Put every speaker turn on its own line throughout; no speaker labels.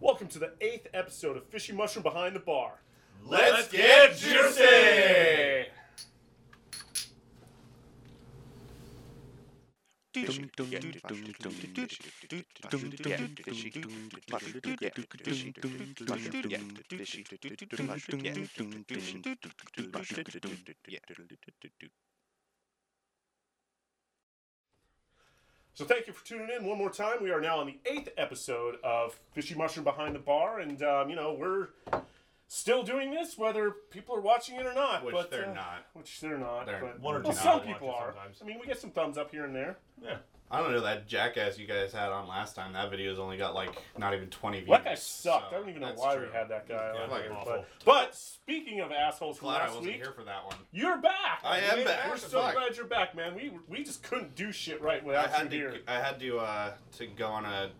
Welcome to the eighth episode of Fishy Mushroom Behind the Bar.
Let's get juicy!
So thank you for tuning in one more time. We are now on the eighth episode of Fishy Mushroom Behind the Bar, and um, you know we're still doing this whether people are watching it or not.
Which
but,
they're
uh,
not.
Which they're not.
They're-
but,
one or
well,
two
some
people
people
watch it
are.
sometimes.
I mean, we get some thumbs up here and there. Yeah.
I don't know that jackass you guys had on last time. That video's only got like not even twenty views.
That guy sucked.
so
I don't even know
that's
why
true.
we had that guy.
Yeah,
on
fucking
here,
awful.
but, but speaking of assholes from
Glad I
last
wasn't
week,
here for that one.
You're back.
I am
man.
back.
We're
I'm
so
back.
glad you're back, man. We we just couldn't do shit right
I
without
had
you
to.
here.
I had to uh, to go on a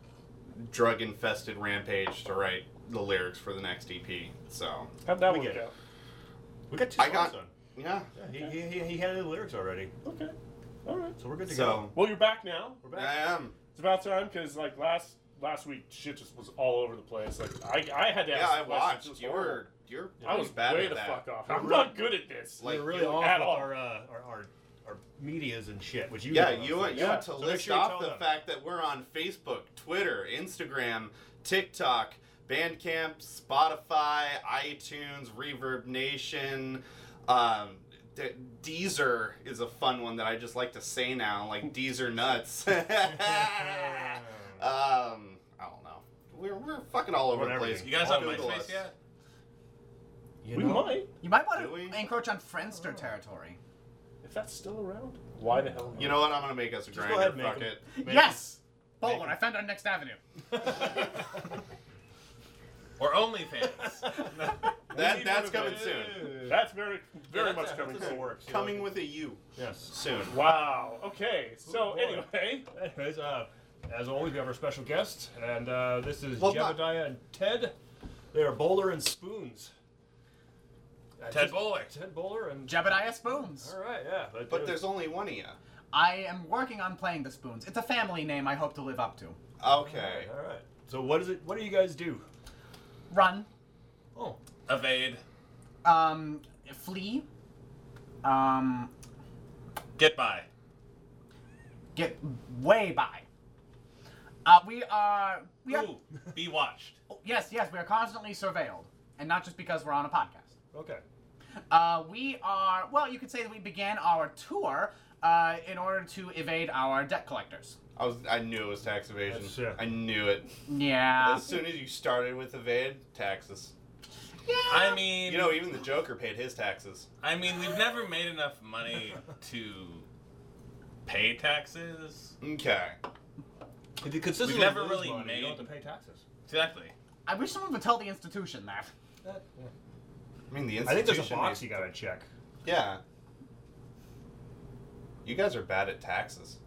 drug infested rampage to write the lyrics for the next EP. So
How'd that
We
work
get it.
out?
We got two
I
songs
got-
done.
yeah.
Yeah, he, he, he, he had the lyrics already,
Okay. All right.
so we're good to
So
go.
Well, you're back now.
We're
I
back.
am.
It's about time because like last last week, shit just was all over the place. Like I, I had to.
Yeah,
ask
I
questions. It
watched.
was
You
horrible.
were you're
I was
bad
way
at
the
that.
fuck off.
You're
I'm
really-
not good at this.
Like,
we're really
you-
off
at
with
all.
our, uh, our, our our medias and shit, which you
Yeah,
know
you
about.
went, you
Yeah.
went to
So make
list
sure you
off
tell
the
them.
fact that we're on Facebook, Twitter, Instagram, TikTok, Bandcamp, Spotify, iTunes, Reverb Nation. Um, De- Deezer is a fun one that I just like to say now, like Deezer nuts. um, I don't know. We're, we're fucking all over
We're
the place.
everything.
You guys
All
on
Google
MySpace
us.
yet?
You
we
know?
might,
You might want
Do we?
to encroach on Friendster territory.
if that's still around. Why the hell?
You know what? I'm gonna make us a
go ahead
grinder.
and make
Fuck
them.
it.
Yes! Baldwin, I found it on Next Avenue.
Or OnlyFans?
That, that's coming soon.
that's very very
Yeah, that's-
much coming
that's
soon.
the works. you know.
Coming with a U
Yes.
soon.
Wow.
Oh,
Okay. So
boy.
anyway,
Anyways, uh, as always, we have our special guest, and uh, this is
Well, not-
Jebediah and Ted. They are Bowler and Spoons. Uh,
Ted
just-
Bowler.
Ted Bowler and.
Jebediah Spoons.
All right, yeah. But,
But there's only one of you.
I am working on playing the Spoons. It's a family name I hope to live up to.
Okay.
All right. So what is it? What do you guys do?
Run,
Oh,
Evade.
um, flee, um,
Get by.
get way by. Uh, we are. We are
Ooh, be watched.
yes, yes, we are constantly surveilled. And not just because we're on a podcast.
okay.
Uh, we are, well, you could say that we began our tour uh, in order to evade our debt collectors.
I was I knew it was tax evasion.
That's, yeah.
I knew it.
Yeah.
As soon as you started with evade taxes,
yeah.
I mean,
you know even the Joker paid his taxes.
I mean, we've never made enough money to pay taxes.
Okay.
If you consistently
never
lose
really
money, you
made-
don't have to pay taxes.
Exactly.
I wish someone would tell the institution that.
I mean the institution.
I think there's a box
made-
you gotta check.
yeah. You guys are bad at taxes.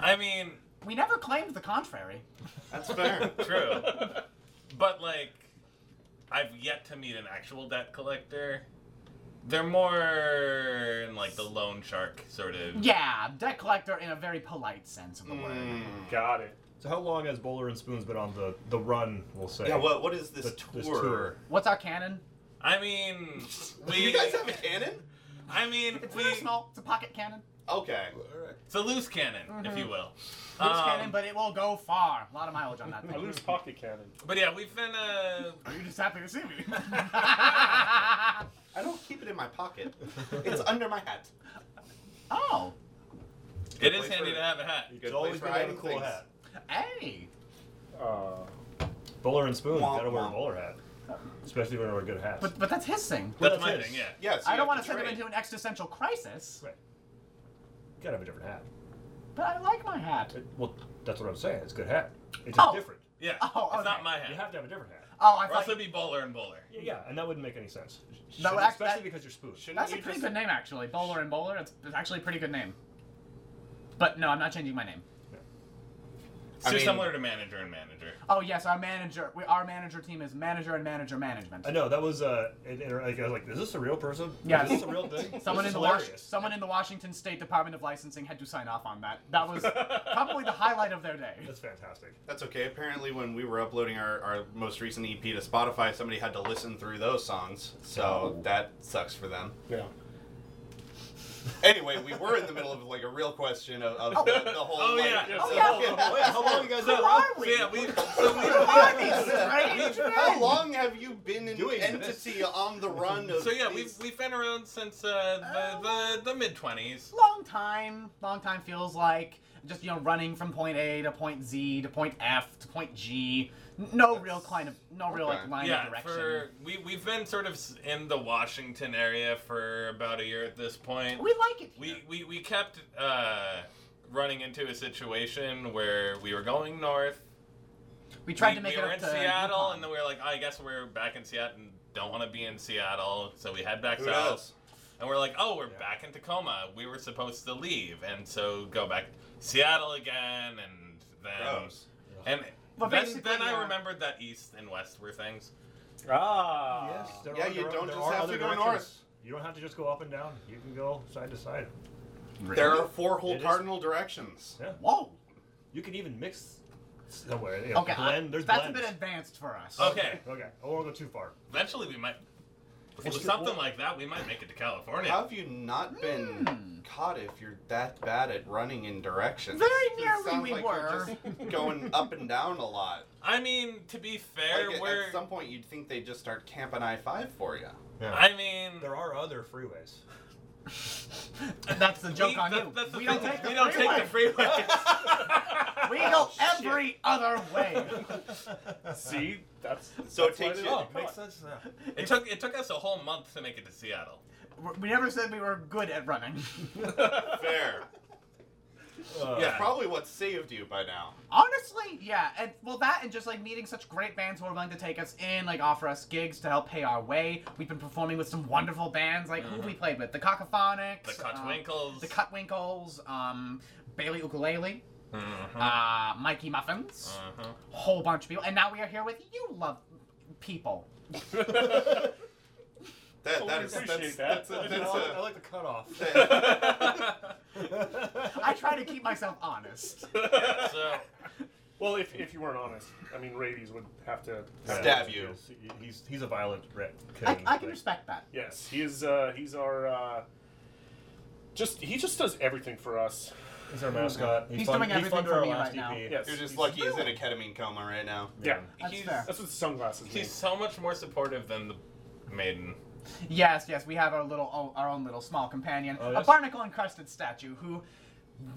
I mean,
We never claimed the contrary.
That's fair.
true. but like, I've yet to meet an actual debt collector. They're more in like the loan shark sort of.
Yeah, debt collector in a very polite sense of the word.
Mm.
got it.
So how long has Bowler and Spoons been on the the run? We'll say.
Yeah. What what is this
The-
tour?
this tour.
What's our canon?
I mean, we.
You guys have a cannon?
I mean,
It's
we.
very small. It's a pocket cannon.
Okay.
It's a loose cannon, if you will.
Mm-hmm. Loose
Um,
cannon, but it will go far. A lot of mileage on that
I
thing.
lose pocket cannon.
But yeah, we've been uh
Are you just happy to see me?
I don't keep it in my pocket. It's under my hat.
oh,
it
place
is
for
handy
it.
to have a hat.
It's
Good
always
place for
good to have a
hiding
cool
things.
hat.
hey.
Uh,
Bowler and Spoons.
Womp
gotta wear a
womp.
bowler hat, especially when we're good hats.
But but that's his thing.
Well,
That's my
it is.
thing, yeah.
Yes.
I don't want to send him into an existential crisis,
Right. Gotta have a different hat.
but I like my hat.
It- well, that's what I'm saying. It's a good hat. It's just
Oh.
different.
Yeah.
Oh,
It's not
okay.
my
You
hat.
have to have a different hat.
Oh, I
Or else
thought
it'd be bowler and bowler.
Yeah, yeah, and that wouldn't make any sense.
No,
Should-
act-
especially
that-
because you're spoons.
That's a pretty good name, actually. Bowler and Bowler. It's, it's actually a pretty good name. But no, I'm not changing my name.
So
I mean-
similar to manager and manager.
Oh yes, our manager. We, our manager team is manager and manager management.
I know that was uh, an inter- like, I was like, is this a real person?
Yeah.
is this a real thing?
Someone
This is
in the Wash-
hilarious.
someone in the Washington State Department of Licensing had to sign off on that. That was probably the highlight of their day.
That's fantastic.
That's okay. Apparently, when we were uploading our, our most recent EP to Spotify, somebody had to listen through those songs.
Oh.
So that sucks for them.
Yeah.
Anyway, we were in the middle of like a real question of, of the, the whole.
Oh,
like,
yeah.
Oh, yeah.
Wait, how long you guys
Who
been
are
around?
So uh,
we?
yeah, we. So we.
Who are these strange
How
men?
long have you been an
Doing this.
entity on the run? Of
So yeah, we've
these-
we've been around since uh, the the, the mid twenties.
Long time. Long time feels like just you know running from point A to point Z to point F to point G. N- No real kind of no real like
Okay.
line
Yeah,
of direction.
for we we've been sort of s- in the Washington area for about a year at this point.
We like it.
we we, we kept uh, running into a situation where we were going north.
We tried
we,
to make
we
it
were
up
in
to
Seattle,
Yukon.
and then we were like, "Oh, I guess we're back in Seattle and don't want to be in Seattle, so we head back
Who
south.
knows?
And we're like, oh, we're
Yeah.
back in Tacoma. We were supposed to leave, and so go back to Seattle again, and then
Gross.
and
Well,
then,
basically,
then I
uh,
remembered that east and west were things.
Ah.
Yes, there
Yeah,
are,
you
there are-
don't
there
just
are
have
other
to go
directions.
north.
You don't have to just go up and down. You can go side to side.
There are four whole
It is-
cardinal directions.
Yeah,
Whoa.
you can even mix somewhere. You know,
Okay. I-
blend. There's Oh,
that's
blends.
a bit advanced for us.
Okay,
Okay, I won't go too far.
eventually we might. With
It's-
something like that, we might make it to California.
How have you not been
Hmm.
caught if you're that bad at running in directions?
Very
It
nearly
sounds
we
like
were.
You're just going up and down a lot.
I mean, to be fair,
Like, at-
we're.
at some point, you'd think they'd just start camping I five for you.
Yeah.
I mean,
there are other freeways.
That's the joke
we,
on
that-
you.
that's the
we
thing,
don't take the
we don't
freeway.
take the freeway.
We go every other way.
See, that's
So
that's
it
why
takes
they
you-
Oh,
Oh,
love
it
it.
sense
it took it took us a whole month to make it to Seattle.
We never said we were good at running.
Fair.
Uh,
Yeah.
Probably what saved you by now.
Honestly, yeah. And well, that and just like meeting such great bands who are willing to take us in, like offer us gigs to help pay our way. We've been performing with some wonderful bands. Like who have we played with? Mm-hmm. The Cacophonics,
The
uh,
Cutwinkles.
the Cutwinkles, um, Bailey Ukulele,
Mhm.
uh, Mikey Muffins,
Mhm.
whole bunch of people. And now we are here with you, love people.
That,
Well,
that
we
is
appreciate
that's,
that.
That's, a, that's uh,
I, like, I
a-
like the cutoff.
I try to keep myself honest.
So
Well, if, if you weren't honest, I mean, Rabies would have to. uh,
Stab
have-
you.
He's he's a violent rat.
I, I can respect that.
Yes, he is. Uh, he's our. Uh, just he just does everything for us.
He's our mascot.
He's
fun-
doing
he
everything
funded
for
our
me
last E
right now.
EP.
Yes,
you're just
he's-
lucky he's in a ketamine coma right now.
Yeah,
That's
he's
fair.
that's what sunglasses mean.
he's so much more supportive than the maiden.
Yes, yes, we have our little, oh, our own little small companion,
Oh,
a
yes?
barnacle encrusted statue who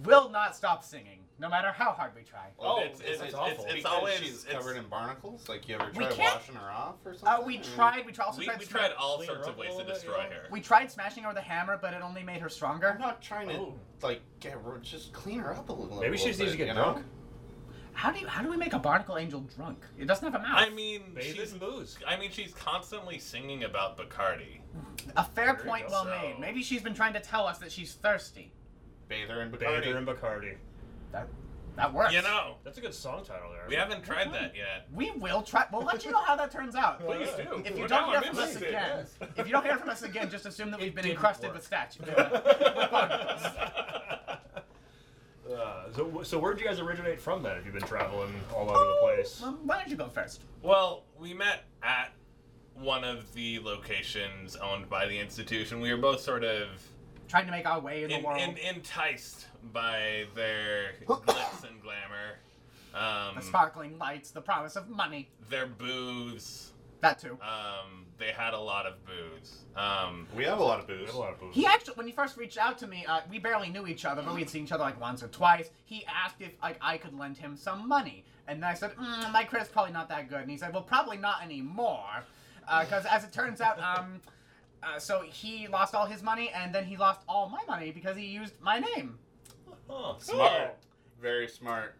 will not stop singing, no matter how hard we try.
Oh,
it's- it's-
is it
awful.
because
It's always-
she's
it's-
covered in barnacles. Like you ever
We
try
can't-
washing her off or something?
Uh, we tried. We tried. Also
We,
tried
we
sma-
tried all
Clean her
sorts
up
of
a
ways to
little bit,
destroy
you know?
her.
We tried smashing her with a hammer, but it only made her
I'm
stronger.
not trying to
Oh.
like get rid- just clean her up a little.
Maybe she
little
just needs to
bit,
get
you know?
drunk.
How do you, how do we make a barnacle angel drunk? It doesn't have a mouth.
I mean,
Bathe it
she's
in booze.
I mean, she's constantly singing about Bacardi.
a fair
There you
point,
go.
well
So-
made. Maybe she's been trying to tell us that she's thirsty.
Bather and
Bader
Bacardi.
and Bacardi.
That that works.
You know,
That's a good song title there.
we haven't tried that yet.
We will try. We'll let you know how that turns
Uh,
out.
Please do.
If you
We're
don't
down
hear
on
from us
Wednesday,
again, if you don't hear from us again, just assume that we've been
didn't
encrusted
work.
with statues.
Uh, so, wh- so where'd you guys originate from then? If you've been traveling all over the place,
Well, why don't you go first?
Well, we met at one of the locations owned by the institution. We were both sort of
Trying to make our way in the
in,
world.
in, enticed by their glitz and glamour, um,
the sparkling lights, the promise of money.
their booze.
That too.
Um, they had a lot of booze. Um,
We have a lot of
we
booze.
have a lot of booze.
He actually, when he first reached out to me, uh, we barely knew each other, but we had seen each other like once or twice. He asked if like I could lend him some money, and I said, mm, "My credit's probably not that good." And he said, "Well, probably not anymore, because as it turns out, um, uh, so he lost all his money, and then he lost all my money because he used my name."
Huh.
Smart.
Oh,
Very smart.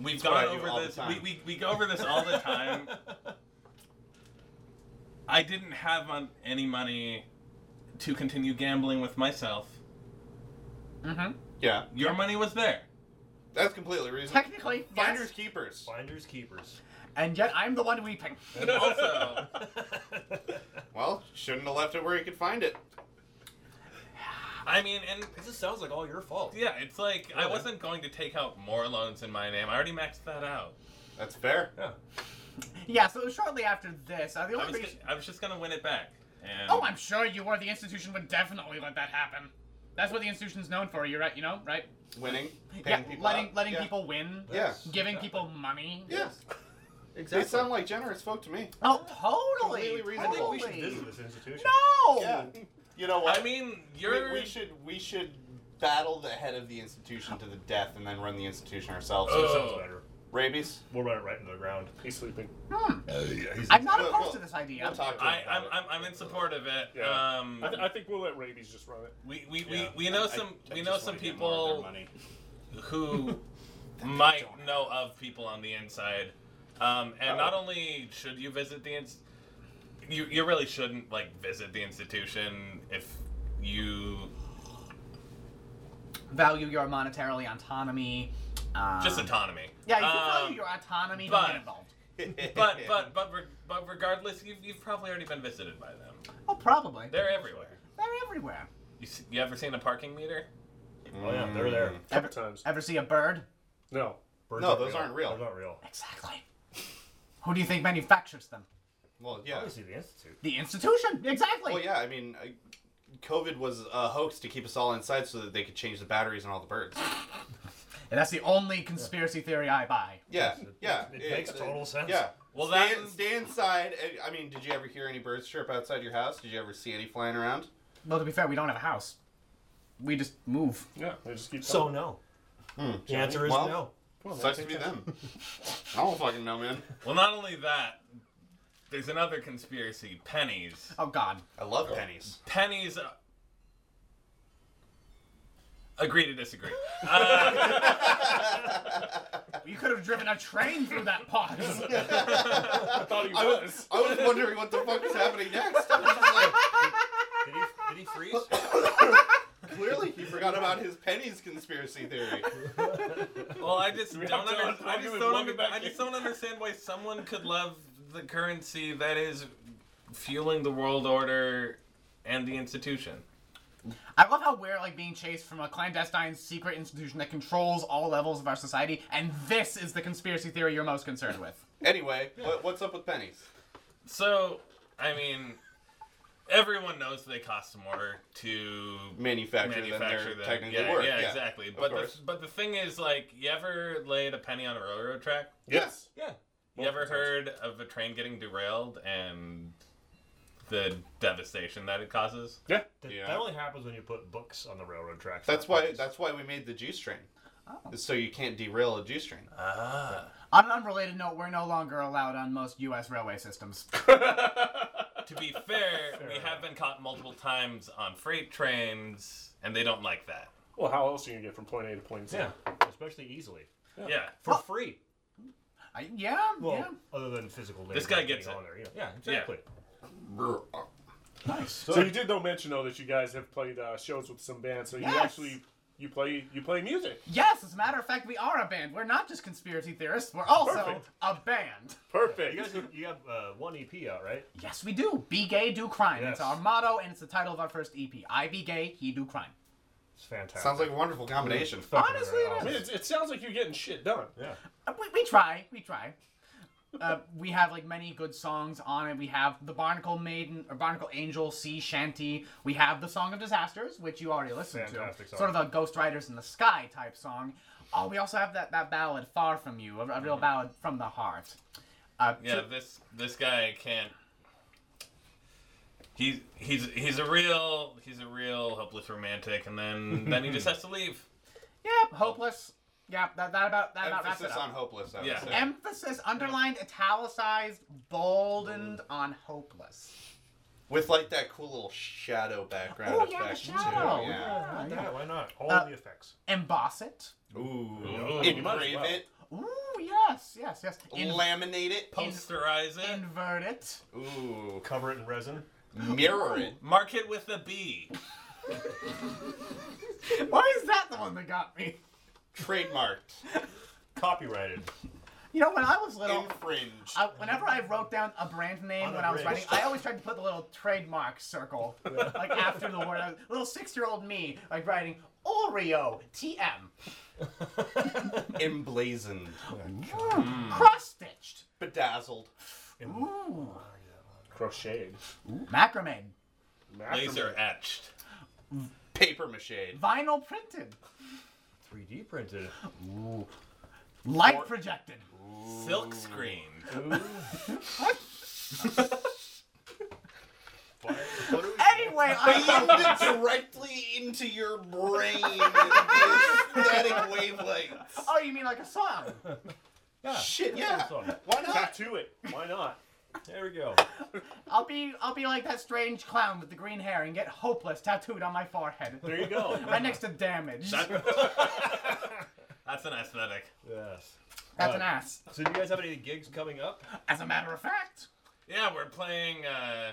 we've
what
gone
I do
over
all the
this.
time.
We, we, we go over this all the time. I didn't have mon- any money to continue gambling with myself.
Mm-hmm.
Yeah.
Your money was there.
That's completely reasonable.
Technically,
Finders
yes.
keepers.
Finders keepers.
And yet I'm the one weeping.
also,
Well, shouldn't have left it where you could find it.
I mean, and
This just sounds like all your fault.
yeah, it's like I
Yeah.
wasn't going to take out more loans in my name. I already maxed that out.
That's fair.
Yeah.
Yeah, so it was shortly after this. Uh, the
I
only
was,
reason-
just, I was just gonna win it back. And
Oh, I'm sure you were. The institution would definitely let that happen. That's what the institution's known for. You're right. You know, right?
Winning,
Yeah,
paying people
letting
out.
letting
Yeah.
people win,
Yeah.
giving
Exactly.
people money.
Yeah,
Exactly.
they sound like generous folk to me.
Oh, totally.
Completely
I
reasonable.
think we should
totally.
visit this institution.
No.
Yeah, you know what?
I mean, you're.
we, we should we should battle the head of the institution to the death and then run the institution ourselves.
That
Oh.
sounds better.
Rabies.
We'll run it right into the ground.
He's sleeping.
I'm not
Well,
opposed
well,
to this idea.
We'll talk to him
I,
about
I'm,
it.
I'm, I'm in support of it.
Yeah.
Um,
I, th- I think we'll let rabies just run it.
we, we,
Yeah.
we, we know
I-
some
I
we
just
know
wanna
some
get more of their
people
money.
who might know of people on the inside. Um, and not only should you visit the inst- you you really shouldn't like visit the institution if you
Value your monetarily autonomy. Um,
just autonomy.
Yeah, you should
Um,
value your autonomy.
but-
Don't get involved.
But but but re- but regardless, you've, you've probably already been visited by them.
Oh, probably. They're,
They're everywhere.
everywhere.
You s you ever seen a parking meter?
Oh yeah, they're there.
A
Ever,
couple times.
ever see a bird?
No.
Birds
No, those aren't real.
They're not real.
Exactly. Who do you think manufactures them?
Well, yeah.
Obviously, the institute.
The institution. Exactly.
Well, Oh, yeah. I mean, I, COVID was a hoax to keep us all inside so that they could change the batteries on all the birds.
And that's the only conspiracy theory I buy.
Yeah, yeah.
it makes total sense.
Yeah.
Well,
stay,
that-
stay inside. and- eh, I mean, did you ever hear any birds chirp outside your house? Did you ever see any flying around?
Well, to be fair, we don't have a house. We just move.
Yeah. They just keep
So
coming.
no. The answer is
Hmm. Well-
no.
Come on, man,
Sucks to
take
be
that.
them. I don't fucking know, man.
Well, not only that, there's another conspiracy: pennies.
Oh God.
I love pennies.
pennies. uh, Agree to disagree. Uh,
You could have driven a train through that pond.
I thought he
I was,
was.
I was wondering what the fuck was happening next. I was just
Did he, did he freeze?
like, clearly he forgot about his pennies conspiracy theory.
well, I just
We
don't,
have to
under-
unplug
I
you
just
and
don't,
plug
under-
it back
I just
in.
don't understand why someone could love the currency that is fueling the world order and the institution.
I love how we're like being chased from a clandestine secret institution that controls all levels of our society, and this is the conspiracy theory you're most concerned with.
Anyway, what, what's up with pennies?
So, I mean, everyone knows they cost more to
Manufacturer than
manufacture
they're
them.
technically
yeah,
worth.
yeah, exactly. But the,
course.
but the thing is, like, you ever laid a penny on a railroad track?
Yes.
yeah.
You ever heard of a train getting derailed and the devastation that it causes?
Yeah.
That,
Yeah.
that only happens when you put books on the railroad tracks.
That's why. That's why we made the juice train. is So you can't derail a juice train.
Ah.
On an unrelated note, we're no longer allowed on most U.S. railway systems.
To be fair, we have been caught multiple times on freight trains, and they don't like that.
Well, how else are you gonna get from point A to point Z?
Yeah, especially easily
Yeah.
for free.
I, yeah,
Well,
yeah,
other than physical. labor
This guy
getting
gets it.
on there. Yeah, yeah exactly.
nice.
So you did though mention though that you guys have played uh, shows with some bands. So you
Yes.
actually you play you play music.
Yes, as a matter of fact, we are a band. We're not just conspiracy theorists. We're also
Perfect.
a band.
Perfect.
You guys, have- you have uh, one EP out, right?
Yes, we do. Be gay, do crime. It's
Yes.
our motto, and it's the title of our first EP. I be gay, he do crime.
It's fantastic.
Sounds like a wonderful combination.
Fucking
Honestly, it
I
awesome.
mean, it, it sounds like you're getting shit done.
Oh, Yeah.
Uh, We, we try. We try. Uh, we have like many good songs on it. We have the Barnacle Maiden or Barnacle Angel Sea Shanty. We have the Song of Disasters, which you already listened
Fantastic
to,
song.
sort of a Ghost Riders in the Sky type song. Oh, we also have that, that ballad Far From You, a, a
Mm-hmm.
real ballad from the heart. Uh,
Yeah, this this guy can't. He's he's he's a real he's a real hopeless romantic, and then then he just has to leave.
Yep, hopeless. Yeah, that, that about that about wraps it
Emphasis
up.
on hopeless. I would
Yeah.
say.
Emphasis underlined, italicized, boldened
Mm.
on hopeless.
With like that cool little shadow background
Oh, yeah, the
effect
shadow.
too. Yeah.
Yeah, why not? Why not? All the effects.
Emboss it.
Ooh.
Ooh.
You might as
Engrave
well.
it.
Ooh, yes, yes, yes. In-
laminate it.
Posterize it.
invert it.
Ooh.
Cover it in resin.
Mirror it.
Mark it with a B.
Why is that the one that got me?
trademarked,
Copyrighted.
You know, when I was little,
infringed.
I, whenever I wrote down a brand name
On a
when I was
ridge.
writing, I always tried to put the little trademark circle, like after the word. Little six-year-old me, like writing Oreo TM,
Emblazoned,
Mm, cross-stitched,
bedazzled,
ooh,
Crocheted.
macrame,
Laser etched.
paper mache,
vinyl printed,
3D printed.
light
Or-
projected.
Silk screen.
Anyway, I
directly into your brain. in static wavelengths.
oh, you mean like a song?
Yeah.
Shit, yeah.
Awesome.
Why
Back
not?
to it. Why not?
There we go.
I'll be I'll be like that strange clown with the green hair and get hopeless tattooed on my forehead,
There you go.
right next to damage.
That's an aesthetic.
Yes.
That's an ass.
So, do you guys have any gigs coming up?
As a matter of fact.
Yeah, we're playing uh,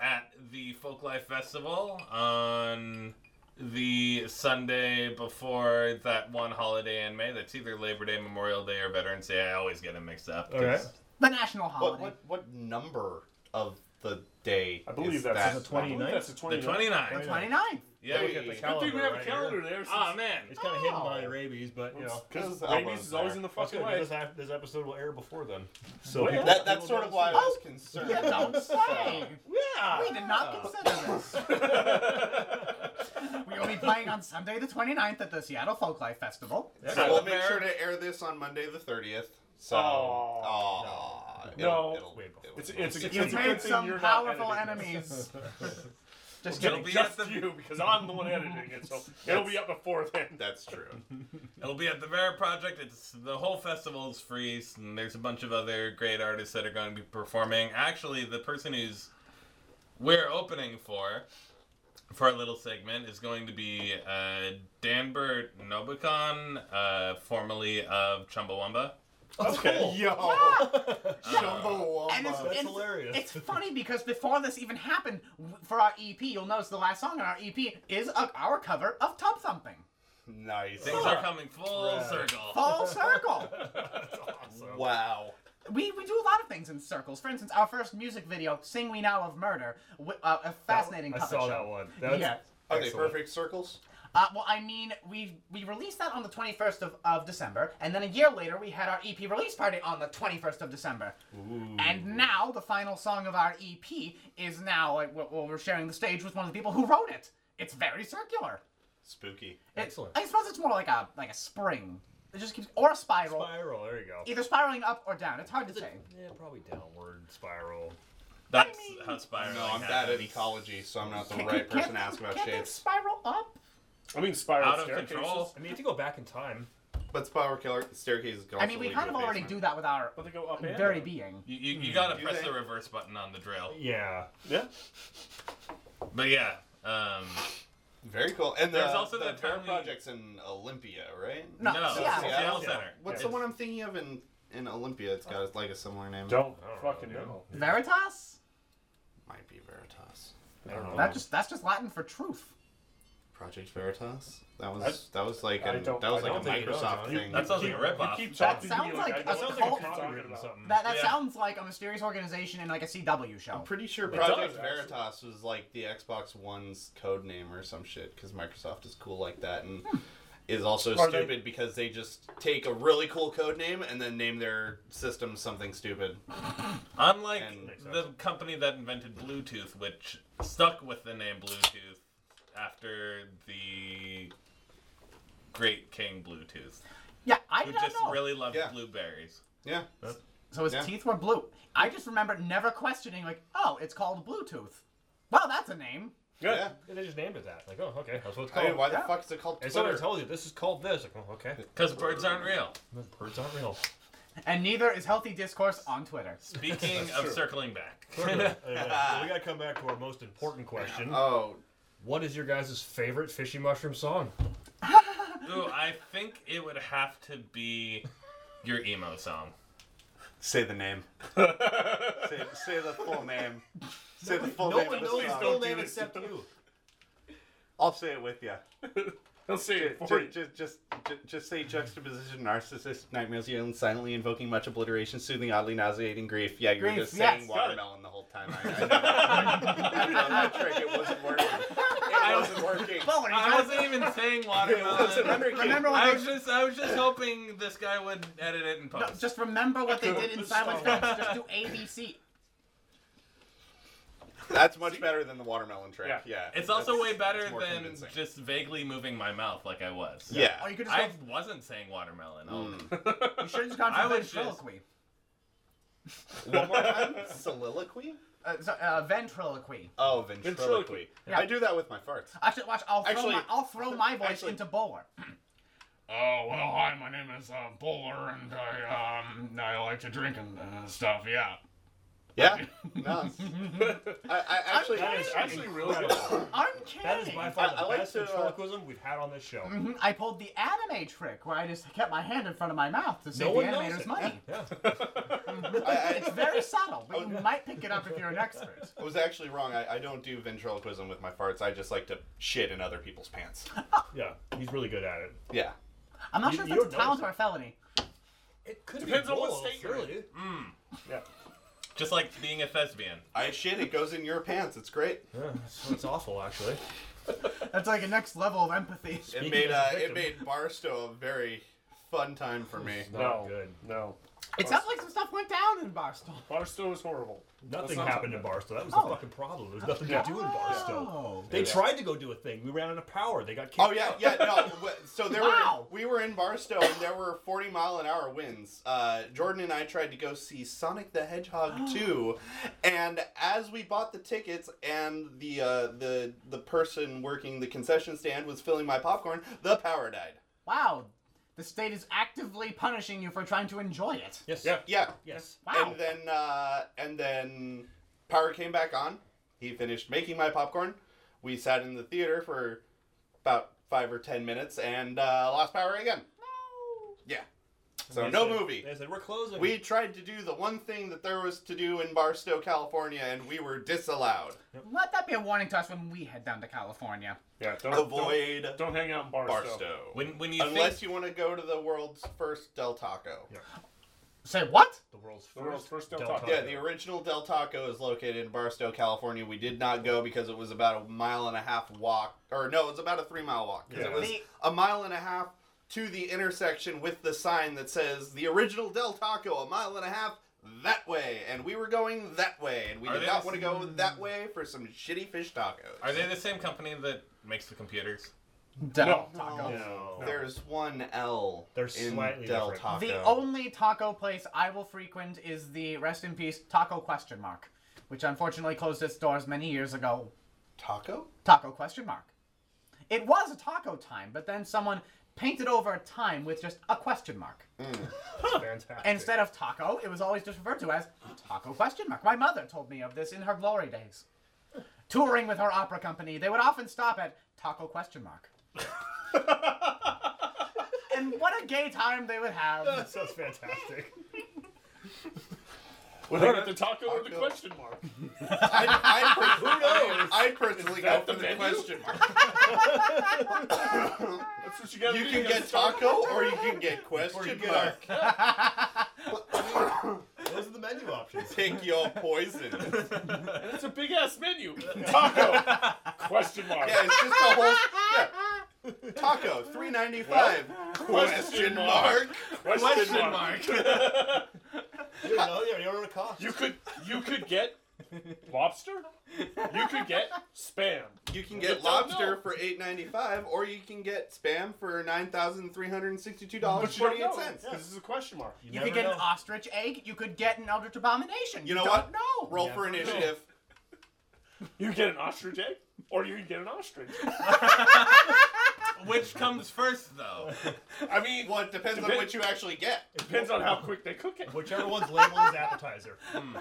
at the Folk Life Festival on the Sunday before that one holiday in May. That's either Labor Day, Memorial Day, or Veterans Day. I always get them mixed up. 'cause
Alright.
The national holiday.
What, what, what number of the day?
I believe
is
that's
that?
the 20
I believe That's the
The
29th.
29th.
29th.
Yeah.
Hey.
we-
Good
Good thing we have a
right
calendar Ah,
here.
there.
Aw, man.
It's kind of hidden by
Oh.
rabies, but you know.
Because
Those
rabies
elbows
is always
there.
in the
That's
fucking
good.
way.
This, ep- this episode will air before then. So
Well,
people-
That,
people
that's sort
don't
of why I
see it.
was concerned.
Oh, Yeah, don't say.
Yeah.
We did not consider this. we will be playing on Sunday the 29th at the Seattle Folklife Festival.
So we'll make
Fair.
sure to air this on Monday the 30th.
Oh,
So,
Aw.
aw,
No.
it'll-
No.
it'll-
Wait,
it'll-
It's, it's, a- it's,
You've
a
made
good thing
some
you're not
powerful
editing this.
enemies. Just
It'll
kidding.
be
be
just
at the-
you because I'm the one editing it, so it'll be up before then.
that's true.
It'll be at the Vera Project. It's the whole festival is free, and there's a bunch of other great artists that are going to be performing. Actually, the person who's we're opening for for our little segment is going to be uh, Danbert Nobicon, uh, formerly of Chumbawamba.
Okay.
Yo,
And it's,
Chumbawamba.
it's,
hilarious.
it's funny because before this even happened, w- for our EP, you'll notice the last song on our EP is uh, our cover of Tub Thumping.
Nice.
Things are coming full
Right.
circle.
Full circle.
Wow.
We, we do a lot of things in circles. For instance, our first music video, "Sing We Now of Murder," w- uh, a fascinating.
I
puppet
saw
show.
that one. That's
Yeah.
Are they
excellent.
perfect circles?
Uh, well, I mean, we we released that on the 21st of, of December, and then a year later we had our EP release party on the 21st of December. And now the final song of our EP is now like well, well, we're sharing the stage with one of the people who wrote it. It's very circular.
Spooky.
It-
Excellent.
I suppose it's more like a like a spring. It just keeps or a spiral,
Spiral. There you go.
either spiraling up or down. It's hard to say.
Yeah, probably downward spiral.
That's how Spyro.
No, I'm bad at ecology, so I'm not the right person to ask about
can't things
shapes.
spiral up?
I mean, spiral
Out of
staircases.
control.
I mean, if you go back in time,
But spiral killer staircases can
I
also
mean, we
lead
kind
to
of
a
already do
basement.
that with our
But they go up and
very
down.
being.
You, you, you gotta
Do
press
they?
the reverse button on the drill.
yeah.
Yeah.
But yeah, um,
Very cool. And
There's
the-
also
the
that
term
family-
projects in Olympia, right?
No,
no,
yeah.
Seattle, Center.
What's the one I'm thinking of in in Olympia? It's got like a similar name.
Don't
I don't
fucking
know.
know.
Veritas?
Might be Veritas.
I don't
Oh.
know.
That just that's just Latin for truth.
Project Veritas. That was
I-
that was like
I
an, that
don't-
was
I
like a
don't think you know,
Microsoft
John. You-
thing.
That sounds like a
You
ripoff.
keep
That
talking
sounds
to me like,
like-
I
that
know
sounds
what
like a
you're
copyright
talking
or
about.
something.
That that
Yeah.
sounds like a mysterious organization in like a CW show.
I'm pretty sure
does,
Project
actually.
Veritas was like the Xbox One's code name or some shit because Microsoft is cool like that and is also
Are they-
stupid because they just take a really cool code name and then name their system something stupid.
Unlike
And-
Makes
the company that invented Bluetooth, which stuck with the name Bluetooth after the Great King Bluetooth,
Yeah, I
who
don't
just
know.
really loved
Yeah.
blueberries.
Yeah.
so his
yeah.
teeth were blue. I just remember never questioning like, oh, it's called Bluetooth. Well, that's a name.
Good.
Yeah.
Yeah, they just named it that. Like, oh, okay, that's what it's
I
called.
mean, why
yeah.
the fuck is it called
and someone
Twitter?
tells you this is called this. Like, oh, okay.
Because birds aren't real.
Birds aren't real.
And neither is healthy discourse on Twitter.
Speaking of circling back,
anyway, so we gotta come back to our most important question.
oh,
What is your guys' favorite fishy mushroom song?
ooh, I think it would have to be your emo song.
say the name. say, say the full name. Say the full
No one
of the
knows his
song.
full
do
name
this.
except you.
I'll say it with you.
I'll say it for you.
Just, just, just, ju- just say juxtaposition, narcissist, nightmares, yelling, silently invoking much alliteration, soothing, oddly nauseating grief. Yeah, you were
Grief,
just
yes,
saying
got it.
watermelon the whole time. I, I, on that trick, it wasn't working. It wasn't working.
Bowler, you
I
gotta-
wasn't even saying
wasn't
watermelon.
under-
remember
I
what
was
they,
just, I was just hoping this guy would edit it and
no,
post.
just remember what they did in
Just
Silent
stop.
Films. Just do ABC.
That's much better than the watermelon trick.
Yeah.
Yeah.
it's also
That's-
way better
that's more
than
convincing.
just vaguely moving my mouth like um, I was.
Yeah. Mm.
Or you could just
I
go,
wasn't saying
Hmm.
watermelon. I'll-
you should have just gone
I
for
was just-
ventriloquy.
One more time. Soliloquy?
Uh, so, uh, ventriloquy.
Oh, ventriloquy.
Ventriloquy.
Yeah.
I do that with my farts.
Actually, watch. I'll throw
Actually-
my I'll throw my voice
actually-
into Bowler.
Oh well, hi. My name is uh, Bowler, and I um I like to drink and uh, stuff. Yeah.
Yeah? No. I, I actually.
That is
Actually, really good.
incredible.
Uncanny.
That is by far
I-
the
I like
best
to, uh,
ventriloquism we've had on this show.
Mhm, I pulled the anime trick where I just kept my hand in front of my mouth to save
one
the
knows
animator's
it.
money.
Yeah.
it's very subtle,
Oh,
but you might pick it up if you're an expert.
I was actually wrong. I, I don't do ventriloquism with my farts. I just like to shit in other people's pants.
Yeah. He's really good at it.
Yeah.
I'm not
You-
sure if
you
that's a
don't notice
talent or a felony.
It could
Depends
be
on what
both,
state you're in.
really.
Yeah.
Just like being a thespian.
I shit. It goes in your pants. It's great.
Yeah, it's, it's awful actually.
That's like a next level of empathy.
It
Speaking
made
as a
uh, it
victim.
made Barstow a very fun time for me.
Not good.
No.
It sounds like some stuff went down in Barstow.
Barstow is horrible.
Nothing
not
happened in Barstow. That was
Oh.
the fucking problem. There's nothing
Yeah.
to do in Barstow.
Oh.
They tried to go do a thing. We ran out of power. They got kicked.
Oh yeah,
out.
yeah. No, wh- so there
Wow.
were we were in Barstow and there were 40 mile an hour winds. Uh, Jordan and I tried to go see Sonic the Hedgehog 2, and as we bought the tickets and the uh, the the person working the concession stand was filling my popcorn, the power died.
Wow. The state is actively punishing you for trying to enjoy it.
Yes.
Yeah.
Yeah.
Yes.
Wow.
And then uh, and then power came back on. He finished making my popcorn. We sat in the theater for about five or ten minutes and uh, lost power again. Yeah. So
They
no
said-
movie.
They said we're closing.
We tried to do the one thing that there was to do in Barstow, California, and we were disallowed.
Let that be a warning to us when we head down to California.
Yeah. Don't,
Avoid
Don't, don't hang out in Barstow.
Barstow.
When when you
Unless
think
you want to go to the world's first Del Taco.
Yeah.
Say what?
the world's first.
The world's first Del
Del
Taco.
Taco.
Yeah, the original Del Taco is located in Barstow, California. We did not go because it was about a mile and a half walk, or no, it was about a three mile walk because
Yeah.
it was
The-
a mile and a half to the intersection with the sign that says the original Del Taco, a mile and a half that way, and we were going that way, and we
Are
did
they
not
the
want to go that way for some shitty fish tacos.
are they the same company that makes the computers?
Del
No.
Taco.
No.
There's one L.
They're
in
slightly
Del
different.
Taco.
The only taco place I will frequent is the rest in peace Taco Question Mark, which unfortunately closed its doors many years ago.
taco.
Taco Question Mark. It was a taco time, but then someone painted over a time with just a question mark.
Fantastic.
Instead of taco, it was always just referred to as taco question mark. My mother told me of this in her glory days. Touring with her opera company, they would often stop at taco question mark. and what a gay time they would have.
that sounds fantastic.
Well, they got the taco or the
Taco.
question mark.
I'd, I'd, per-
knows?
I'd personally go
that
for
the
the
menu?
question mark.
That's what you got to
You
do.
can
gotta
get
start-
taco or you can get question
good.
mark.
Those are the menu options.
Pick your poison.
It's a big ass menu. Taco. question mark.
Yeah, it's just a whole yeah. taco three ninety five question mark.
Question, mark.
You don't know. You don't know what it costs.
You could you could get lobster. You could get spam.
You can
You
get
don't
lobster
know.
for eight ninety five, or you can get spam for nine thousand three hundred sixty two dollars
But you don't
forty eight
know.
cents.
'cause This is a question mark.
You could get an ostrich egg, you could get an eldritch abomination.
You know
don't
what?
know.
Roll for initiative.
You get an ostrich egg, or you can get an ostrich.
Which comes first though?
I mean,
Well, it depends on
Depend-
what you actually get.
depends on how quick they cook it.
Whichever one's labeled as appetizer. Hmm.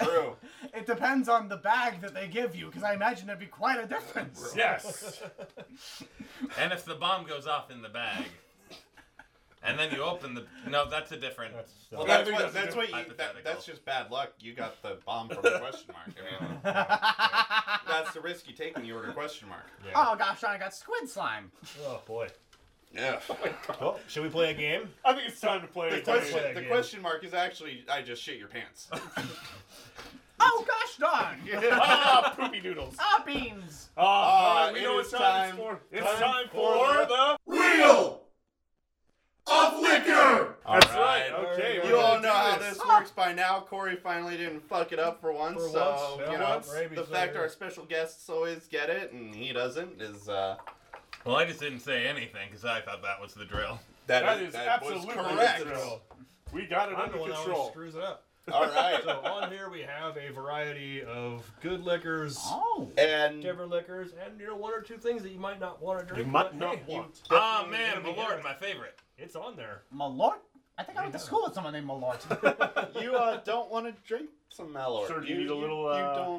True.
It depends on the bag that they give you, because I imagine there'd be quite a difference.
Yes.
And if the bomb goes off in the bag, and then you open the no, that's a different.
Well,
Yeah, I
that's
think
what,
that's a
that's
good
what you, that,
hypothetical.
that's just bad luck. You got the bomb from a question mark. I mean, That's the risk you take when you order question mark.
Yeah.
Oh gosh, I got squid slime.
Oh boy.
Yeah.
Well, should we play a game?
I think it's time to play.
The
a game.
question, the
again.
question mark is actually, I just shit your pants.
Oh gosh darn!
ah, poopy doodles.
Ah beans!
Ah, all right, we
it
know
is
what time,
time-
it's for. It's
time
time,
for
for,
the-
the.
Wheel of liquor.
That's right.
right.
Okay. we're
You all
gonna
know
do
how this works by now. Corey finally didn't fuck it up for once,
For
so
once, yeah,
you know
once. Rabies
the
over
fact
here.
our special guests always get it and he doesn't is uh,
Well, I just didn't say anything because I thought that was the drill.
That
is-
is
that was
absolutely
correct.
correct. We got it
I'm the
under
one that always
control.
screws it up.
All right,
So on here we have a variety of good liquors,
Oh!
and
different liquors, and you know one or two things that you might not want to drink. but hey,
Ah,
definitely
man,
gonna be
Malort,
good.
my favorite.
It's on there.
Malort? I think I went to school with someone named Malort.
you uh, don't want to drink some Malort.
Sir, do you need a little, uh,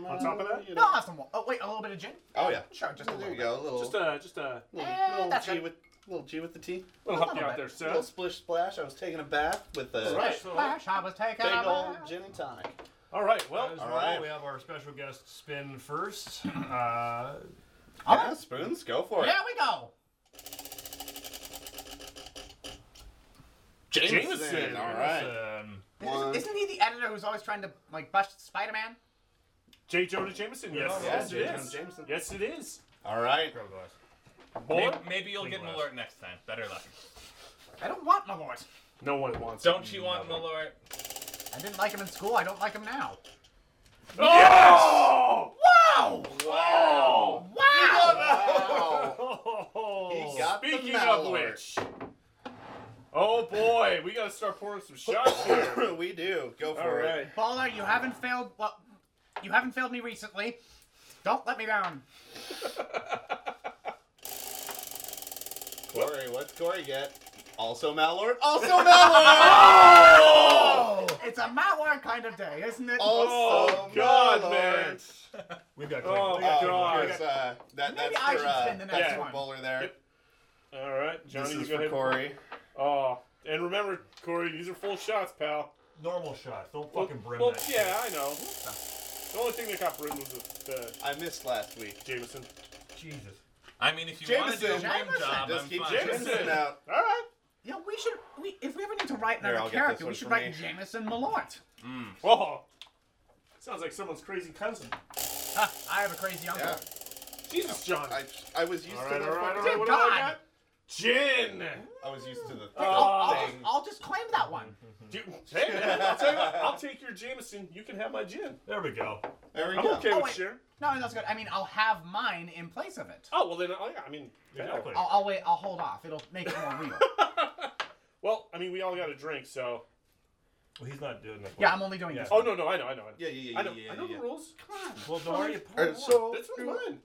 on top of that?
you
no, I'll
know.
have some wa- Oh wait, a little bit of gin?
Oh yeah,
Sure, just
there
a little
you
bit.
go. A little,
Just a just a
little,
Eh,
little
that's
G
good.
with little G with the T.
little help you out there,
A
sir.
little splish splash. I was taking a bath with a
Right.
Flash, I was taken
big old
aback.
gin and tonic.
All right. Well,
As
all
well,
right.
we have our special guest spin first. Uh,
All
yeah,
right.
spoons, go for it.
There we go!
Jameson,
All
this,
right.
um,
One.
Isn't, isn't he the editor who's always trying to, like, bust Spider-Man?
J. Jonah Jameson. Yes,
Yeah,
yes,
J.
it
Jonah
is.
Jameson.
Yes, it is.
All right.
grab a glass.
Boy,
Maybe, maybe you'll get
Clean
Malort next time. Better luck.
I don't want Malort.
no one wants.
Don't you want Malort?
I didn't like him in school, I don't like him now.
Oh!
Wow!
Wow. uh,
Wow!
Wow. He got the
Speaking of
Malort.
which, oh boy, we gotta start pouring some shots here.
we do. Go for
All
it.
right.
Baller, you haven't failed, well, you haven't failed me recently. Don't let me down.
Corey, what's Corey get? Also Malort. Also
Oh,
Malort.
It's a Malware kind of day, isn't it?
also
Oh, God,
Malort.
man.
We've got.
Oh,
we
Oh,
got
of
clean water.
God.
course, uh, that,
Maybe
that's
I
for,
should
uh,
spin the next
that's for
one.
Bowler there.
Yep. All right, Johnny,
This
you
is
go
for
ahead.
Corey.
Oh, and remember, Corey, these are full shots, pal.
Normal shots. Don't fucking brim
Well,
that. shit.
yeah, I know. The only thing that got written was the, the
I missed last week.
Jameson.
Jesus.
I mean, if you want to do a
Jameson.
rim
Jameson.
job,
Just
I'm
keep
fine.
Jameson.
Jameson out.
All right.
Yeah, we should. We, if we ever need to write
Here,
another
I'll get this
character,
one
we should
for
write
me.
Jameson Malort.
Whoa. Sounds like someone's crazy cousin.
Ha, Ah, I have a crazy uncle.
Yeah.
Jesus, John.
I, I was used
all
to
right,
the
all right, all
fucking-
right. What do I
God.
got? Gin.
I was used to the
I'll, I'll
thing.
just, I'll just claim that one.
Dude, hey, man, I'll tell you what. I'll take your Jameson. You can have my gin.
There we go.
There we
I'm
go.
okay
Oh,
with
wait.
gin.
No, no, that's good. I mean, I'll have mine in place of it.
Oh well, then oh, yeah, I mean, you know.
Exactly.
I'll, I'll wait. I'll hold off. It'll make it more real.
Well, I mean, we all got a drink, so.
Well, he's not doing that.
Yeah, I'm only doing
Yeah.
this.
Oh no, no, I know, I know, I know.
Yeah, yeah, yeah,
I know,
yeah,
I know
yeah.
the rules.
Well, don't worry.
And so
This one's mine.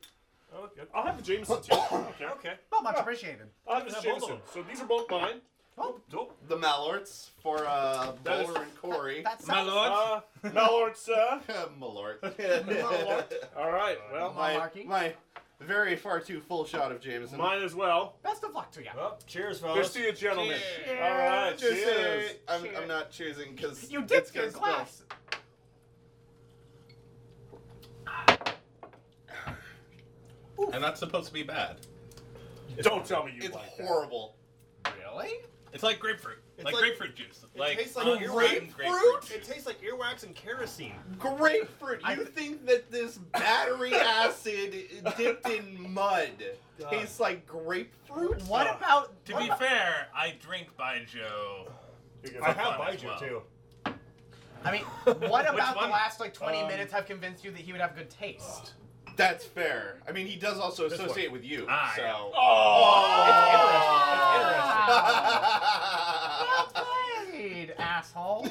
Oh, good.
I'll have the Jameson too. I don't care.
Okay.
Not much appreciated.
I'll have
Yeah,
the
both of
Jameson.
them.
So these are both mine.
Oh,
Dope.
the Malorts for uh,
That is-
Bowler and Corey.
that sounds.
Malort.
Uh, Mallard, sir.
Malort.
All right. Well,
my,
Malarkey.
my very far too full shot of Jameson.
mine as well.
Best of luck to you.
Well,
Cheers
cheers, fellas.
to you, gentlemen.
Cheers.
All right.
Just
Cheers.
say I'm,
Cheers.
I'm not choosing because
You dipped your glass.
And that's supposed to be bad.
Don't tell me you
It's
like
horrible.
Really?
It's like grapefruit. like,
like-
grapefruit juice. like
tastes like
unrotten
grapefruit? It
juice.
tastes like earwax and kerosene.
Grapefruit.
I-
You think that this battery acid dipped in mud tastes like grapefruit?
What
Uh,
about?
To
what
be
about-
fair, I drink Baijiu.
that.
I have
fun as
Baiju
well.
too.
I mean, what about the
one?
last like 20
Um,
minutes have convinced you that he would have good taste?
That's fair. I mean, he does also
This
associate with you.
Ah,
so.
yeah.
Oh.
Well played, asshole.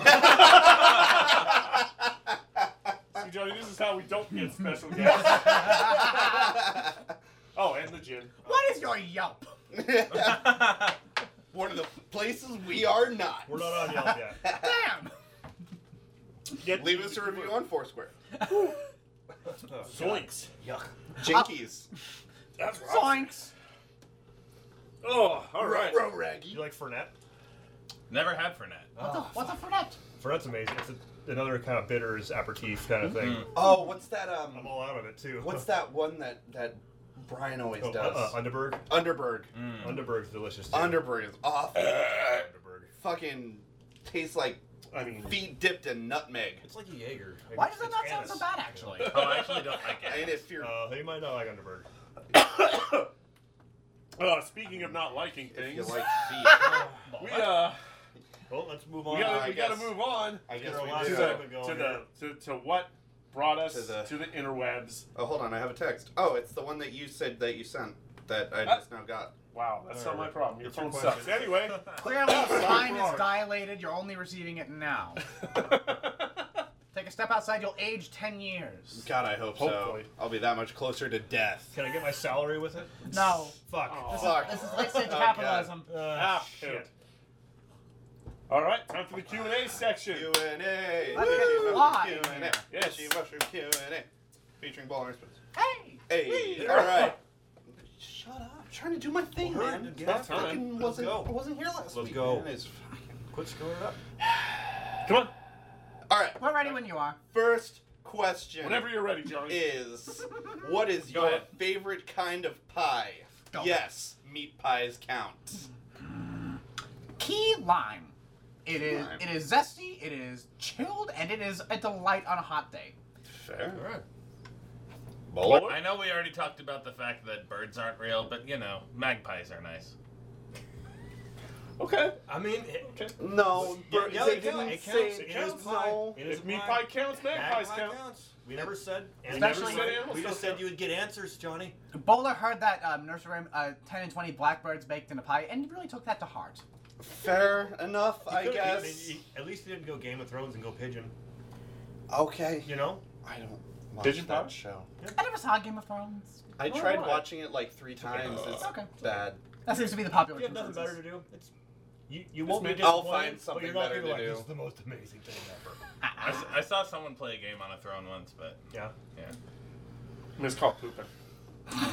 See, Johnny, this is how we don't get special guests. oh, and the gin.
what is your Yelp?
One of the places we are not.
We're not on Yelp yet. Oh,
Damn.
Get
Leave us a review on Foursquare.
Zoinks.
Yuck.
Jinkies.
That's right.
Zoinks.
Oh, all right.
Row
Do
raggy.
you like Fernet?
Never had Fernet.
What the, what's a fernet?
Ferret's amazing. It's a, another kind of bitters aperitif kind of thing.
Oh, what's that? Um,
I'm all out of it too.
what's that one that that Brian always
Oh, Mm.
does?
uh, uh, Underberg.
Underberg.
Underberg's delicious. Too.
Underberg is awful.
Underberg.
Fucking tastes like
I mean,
feet dipped in nutmeg.
It's like a Jaeger.
Why does that
It's
not sound so
anise.
bad, actually?
Oh, I actually don't like it.
And if you're
Uh, you might not like Underberg.
uh, speaking of not liking
if you
things,
like feet,
we uh,
Well, let's move
we
on.
gotta,
I
we gotta
guess-
move on
I guess
You're
we
allowed
to
do.
Yeah.
the
Going
to
here.
the to, to what brought us
To
to the,
the-
interwebs.
Oh, hold on, I have a text. Oh, it's the one that you said that you sent that I just now got.
Wow, that's not my problem. Your
It's your
phone
question.
sucks. Anyway,
Clearly, your spine is dilated. You're only receiving it now. Take a step outside, you'll age 10 years.
God, I hope
Hopefully.
so. I'll be that much closer to death.
Can I get my salary with it?
No.
Fuck.
Aw.
This
Fuck.
is, this is like said
Oh,
capitalism.
Uh,
ah,
shit.
shit. All right, time for the Q and A section.
Q and A.
Let's get live.
Q and A.
Yes.
Fishy mushroom Q and A. Featuring ball and space.
Hey!
Hey. All right. Shut up! I'm trying to do my thing,
We're
man.
in tough
I
time.
fucking
Let's
wasn't,
go.
I wasn't here last
Let's
week.
go.
man. It's fucking-
Quit screwing it up.
Come on,
All right.
We're ready when you are.
First question.
whenever you're ready, Johnny.
is what is
Go
your
ahead.
favorite kind of pie?
Go.
Yes, meat pies count.
Key lime. It is
Lime.
it is zesty, it is chilled, and it is a delight on a hot day.
Fair.
All right.
Bowler.
I know we already talked about the fact that birds aren't real, but you know, magpies are nice.
Okay.
I mean, it,
Okay.
No,
yeah,
but
yeah,
they
it
didn't
counts. It
say
counts. It is pie.
no.
It is
If
a
meat pie counts, magpies count.
We never said. we
Especially-
never said
animals
We just
don't
said you would get answers, Johnny.
Bowler heard that um, nursery rhyme, uh, 10 and 20 blackbirds baked in a pie and really took that to heart.
Fair enough, I
Could've-
guess.
I mean, At least he didn't go Game of Thrones and go pigeon.
okay.
You know.
I don't watch
Pigeon
that
pie?
show.
I never saw Game of Thrones.
I
Nor
tried
do I.
watching it like three times. It's
Okay.
bad.
That seems to be the popular
You have nothing better
consensus.
to do. It's you. You won't be
make-
I'll
disappointed.
find
but
something
you're not
better
gonna be
to
like,
do.
This is the most amazing thing ever.
I, s- I saw someone play a game on a throne once, but
Yeah.
yeah.
Miss called pooping.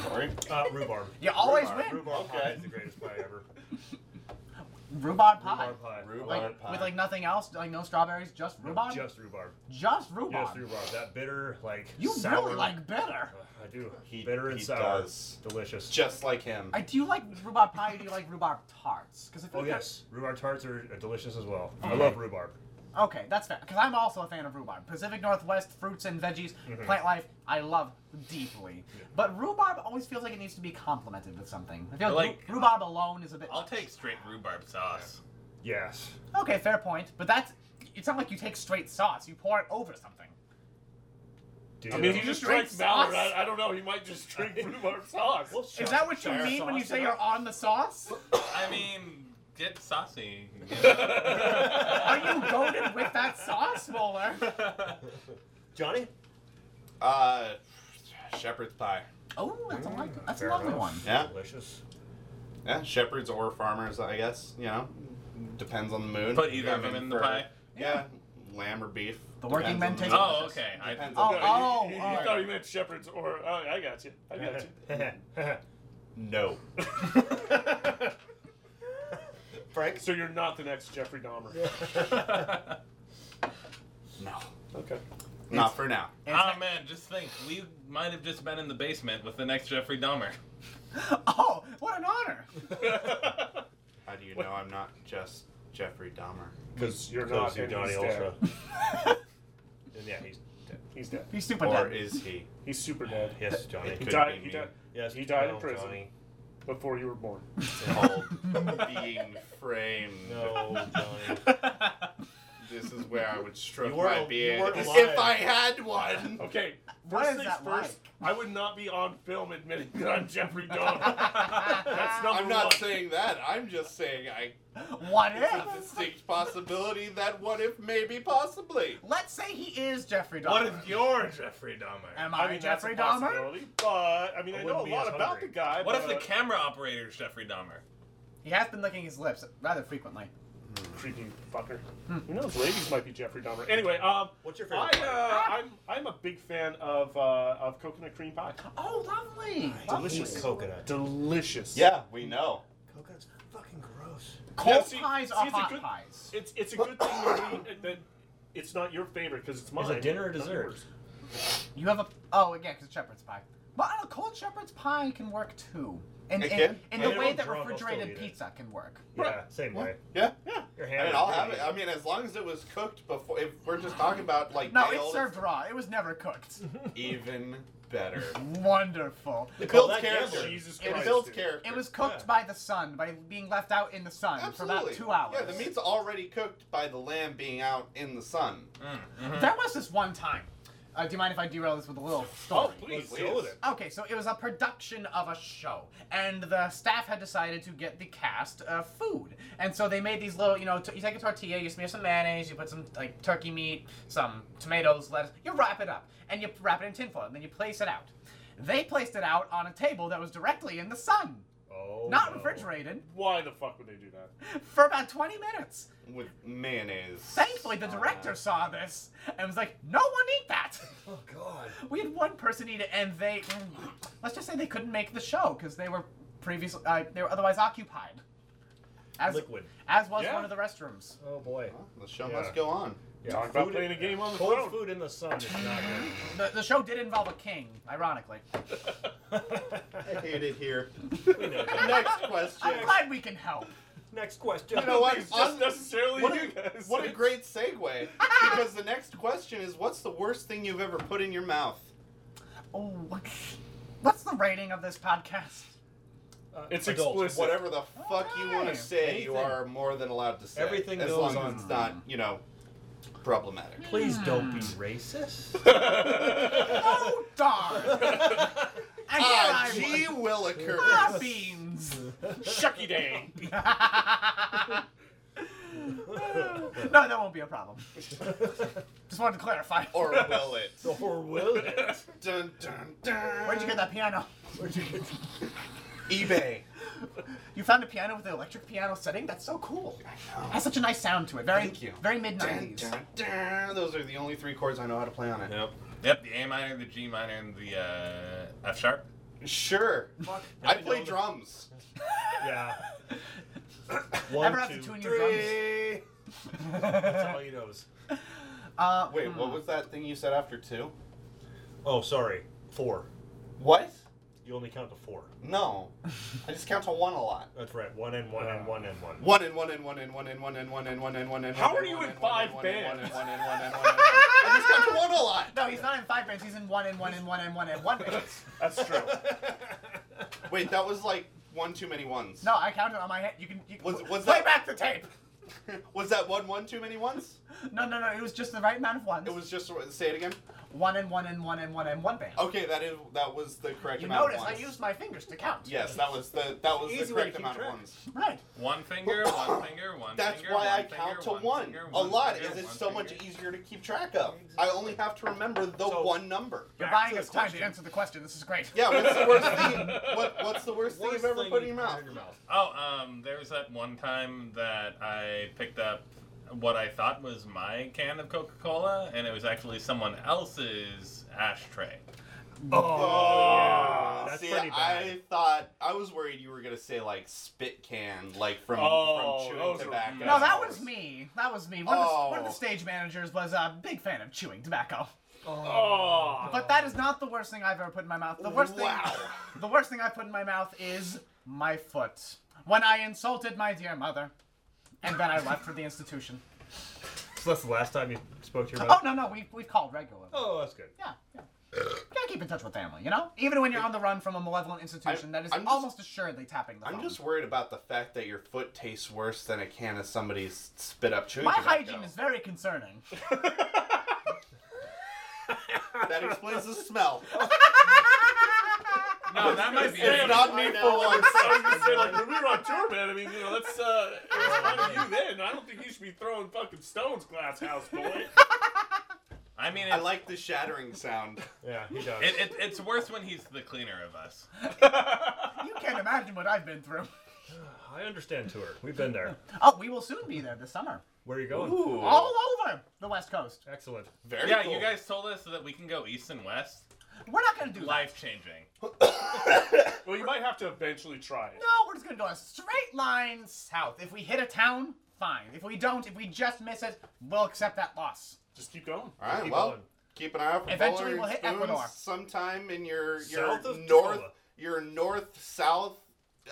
Sorry.
Uh, rhubarb.
You always
Rhubarb.
win.
Rhubarb pie
Okay.
is the greatest pie ever.
Rhubarb pie.
Rhubarb pie.
Like,
Rhubarb pie.
With like nothing else, like no strawberries, just rhubarb.
Just rhubarb.
Just rhubarb.
Just rhubarb. That bitter, like
You
sour.
really like bitter.
Ugh, I do.
He-
bitter and
he
sour.
does.
Delicious.
Just like him.
I do you like rhubarb pie or do you like rhubarb tarts? Because
oh yes, rhubarb tarts are are delicious as well. I love rhubarb.
Okay, that's fair. Because I'm also a fan of rhubarb. Pacific Northwest fruits and veggies, plant life, I love deeply. But rhubarb always feels like it needs to be complemented with something. I feel like,
Like-
rhu- rhubarb alone is a bit.
I'll
much.
take straight rhubarb sauce.
Yes.
Okay, fair point. But that's. It's not like you take straight sauce. You pour it over something.
Do
I mean,
know-
he just
Drink
drank Valor.
sauce.
I, I don't know. He might just drink rhubarb sauce.
Well, sure.
is that what you
Sure.
mean when you
Sauce
say
it
you're
up.
on the sauce?
I mean, get saucy. you know?
Are you goaded with that sauce, Bowler?
Johnny?
Uh, shepherd's pie.
Oh, that's a lovely, that's a
fair
lovely
enough.
one.
Yeah.
Delicious.
Yeah, shepherds or farmers, I guess. You know, depends on the mood.
Put either
I
of them
mean,
in the
for-
pie?
Yeah, lamb or beef.
The working
Depends
men
on the
take-
mood.
oh, okay. I,
Depends
Oh,
on the mood.
oh,
he, he, he
alright.
thought he meant shepherds or. Oh, I got you. I got
No.
you.
Frank?
so you're not the next Jeffrey Dahmer.
No.
oh.
Okay.
Not for now.
oh man, just think, we might have just been in the basement with the next Jeffrey Dahmer.
Oh, what an honor!
How do you know I'm not just Jeffrey Dahmer?
Because you're
Close
not
to
and
Johnny
he's
Ultra.
Dead.
and yeah, he's dead.
He's dead.
He's super
Or
dead.
is he?
He's super dead.
Yes, Johnny.
He
Could
died.
be
He
me.
died
Yes,
He died in
no,
prison.
Johnny.
before you were born.
Called being framed.
No, Johnny.
This is where I would stroke
You weren't-
my
you
beard
weren't
if
alive.
I had one.
Okay.
What
First
is
things
that
first. I would not be on film admitting that I'm Jeffrey Dahmer. That's number
I'm not
one.
saying that. I'm just saying I.
what
It's a
if?
distinct possibility that what if maybe possibly.
Let's say he is Jeffrey Dahmer.
What if you're Jeffrey Dahmer?
Am I,
I mean, that's
Jeffrey
a
Dahmer?
possibility, But I mean,
I
I, know
wouldn't
a
be
lot
as
about
hungry.
the guy.
What if the
Uh,
but-
camera operator's Jeffrey Dahmer?
He has been licking his lips rather frequently.
creepy fucker. Who knows? Ladies might be Jeffrey Dahmer. Anyway, um,
Hmm. What's your favorite
I,
pie?
uh, I'm I'm a big fan of uh, of coconut cream pie.
Oh, lovely!
Delicious coconut.
Delicious.
Yeah, we know.
Coconut's fucking gross.
Cold
Yeah, see-
pies
see,
are
it's a
hot
good-
pies.
It's it's a good thing that, we, that It's not your favorite because it's mine.
it dinner or
not
dessert?
yours.
You have a oh again because shepherd's pie. Well, a cold shepherd's pie can work too, and
It
in,
can?
in
I
the
mean,
way
I'm
that
drunk, I'll still
refrigerated
eat it.
pizza can work.
Yeah, same way.
Yeah.
You're
I mean,
hammered.
I'll have it. I mean, as long as it was cooked before. If we're just talking about like
No,
day
it's
old,
served raw. It was never cooked.
even better.
Wonderful.
It
Call
builds
that
character.
gambling.
Jesus
It
Christ,
builds
dude.
character.
It was cooked
Yeah.
by the sun by being left out in the sun for
Absolutely.
about two hours.
Yeah, the meat's already cooked by the lamb being out in the sun.
There was this one time. Uh, do you mind if I derail this with a little story?
Oh, Please,
Please.
deal with it.
Okay, so it was a production of a show, and the staff had decided to get the cast uh, food, and so they made these little, you know, t- you take a tortilla, you smear some mayonnaise, you put some like turkey meat, some tomatoes, lettuce, you wrap it up, and you wrap it in tinfoil, and then you place it out. They placed it out on a table that was directly in the sun,
Oh,
not
no.
refrigerated,
Why the fuck would they do that?
for about 20 minutes.
With mayonnaise.
Thankfully, the director saw this and was like, "No one eat that."
Oh God.
We had one person eat it, and they, mm, let's just say they couldn't make the show because they were previously uh, they were otherwise occupied. As,
Liquid.
As was
Yeah.
one of the restrooms.
Oh boy.
Well, the show
Yeah.
must go on.
Yeah,
Talk about
food
playing
in-
a game on the
cold
phone.
food in the sun is not good.
The, the show did involve a king, ironically.
I hate it here.
We know that.
Next question.
I'm glad we can help.
Next question.
You know what?
It's
On-
just necessarily
what,
you
a,
guys.
what a great segue. Because the next question is, what's the worst thing you've ever put in your mouth?
Oh, what's the rating of this podcast?
Uh,
It's
adults,
explicit.
whatever.
Whatever the fuck you want to
Alright.
say,
Anything.
you are more than allowed to say.
Everything
as
goes
long
on.
as it's not, you know, problematic.
Please don't be racist.
Oh darn! and here
Ah,
I
gee
was.
willikers.
Ah, beans.
Shucky dang.
No, that won't be a problem. Just wanted to clarify.
Or will it?
or will it?
Dun, dun, dun.
Where'd you get that piano?
Where'd you get-
eBay.
You found a piano with an electric piano setting? That's so cool. It has such a nice sound to it. Very,
Thank you.
Very mid
Dun,
90s.
dun, dun. Those are the only three chords I know how to play on it.
Yep. Yep. The A minor, the G minor, and the uh, F sharp.
Sure. I play drums.
Yeah. One,
Ever have to
two,
tune your
three. That's all he knows.
Uh,
Wait, what was that thing you said after two?
Oh, sorry. Four.
What?
You only count to four.
No. I just count to one a lot.
That's right. One and one and one and one.
One and one and one and one and one and one and one and one and
How
one
are
and
you
one
in
and one
five
and one and one
bands?
and one and one and one and one. I just count to one a lot.
no, he's not in five bands. He's in one and one and one and one and one bands.
That's true.
Wait, that was like one too many ones.
No, I counted on my head. You can, you can
Was- was
play
that-
back the tape.
Was that one one too many ones?
No, no, no. It was just the right amount of ones.
It was just say it again.
one and one and one and one and one band.
Okay, that is that was the correct
you
amount
notice
of
I
ones.
used my fingers to count.
Yes, that was the that was
Easy
the
way to
correct
keep
amount
track.
of ones.
Right.
One finger, one finger, one
Oh, That's
finger.
why
one
I
finger,
count to
one.
one.
finger,
a
one
lot,
finger,
is it's
one
so much
finger.
easier to keep track of. I only have to remember the
So-
one number.
You're
Back
buying
to the
us time to
question.
answer the question. This is great.
Yeah, what's the worst thing? What, what's the worst, thing
Worst
you've ever
thing
put
you
in your mouth?
put
Oh, um, there was that one time that I picked up what I thought was my can of Coca Cola, and it was actually someone else's ashtray.
Oh, that's
See,
pretty bad.
I thought I was worried you were gonna say like spit can, like from
Oh,
from chewing
those are-
tobacco.
No, that was me. That was me. One, of the, one of the
Oh.
stage managers was a big fan of chewing tobacco.
Oh.
But that is not the worst thing I've ever put in my mouth. The worst
Wow.
thing, the worst thing I've put in my mouth is my foot. When I insulted my dear mother, and then I left for the institution.
So that's the last time you spoke to your
Oh
mother.
no, no, we we called regularly.
Oh, that's good.
Yeah, yeah. Gotta keep in touch with family, you know. Even when you're on the run from a malevolent institution, that is
I'm just-
almost assuredly tapping the
I'm
phone.
just worried about the fact that your foot tastes worse than a can of somebody's spit up chewing
my
tobacco.
hygiene is very concerning.
that explains the smell.
No, that might be.
It's
Yeah,
not
but
me
I
for once.
I was gonna say, like, when we were on tour, man, I mean, you know, that's, uh, it was fun to you then. I don't think you should be throwing fucking stones, glass house boy.
I mean,
I
it's,
like the shattering sound.
Yeah, he does.
it, it, it's worse when he's the cleaner of us.
you can't imagine what I've been through.
I understand tour. We've been there.
Oh, we will soon be there this summer,
Where are you going?
Ooh,
all over the West Coast.
Excellent.
very
yeah,
cool.
you guys told us that we can go east and west.
We're not gonna do that.
Life changing.
Well, you might have to eventually try it.
No, we're just gonna go a straight line south. If we hit a town, fine. If we don't, if we just miss it, we'll accept that loss.
Just keep going.
All right,
Keep
well,
going.
keep an eye out for
Eventually
Eventually
we'll hit Ecuador.
sometime in your your
South of
north
Tacoma.
your north south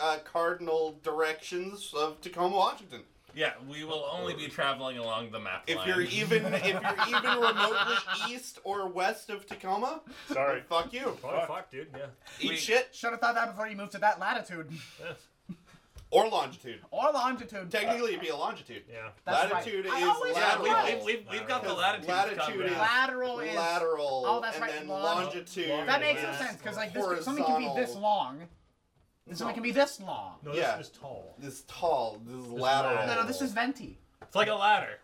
uh, cardinal directions of Tacoma, Washington.
Yeah, we will only be traveling along the map
If
line.
you're even if you're even remotely east or west of Tacoma,
Sorry.
fuck you.
Oh, fuck, dude. Yeah.
Eat
We-
shit
Should have thought that before you moved to that latitude
or longitude.
or longitude.
Technically, it'd be a longitude.
Yeah.
That's right.
latitude
I
is
always
yeah,
lateral.
forget.
we, we've, we've, we've got the latitude.
Latitude is-
Lateral is.
lateral,
Oh, that's
and
right,
then
long-
longitude.
That makes no
is-
sense because like this, something can be this
horizontal.
long. And something can be this long.
No,
Yeah.
this is tall.
This tall. This is lateral.
No, no, this is venti.
It's like a ladder.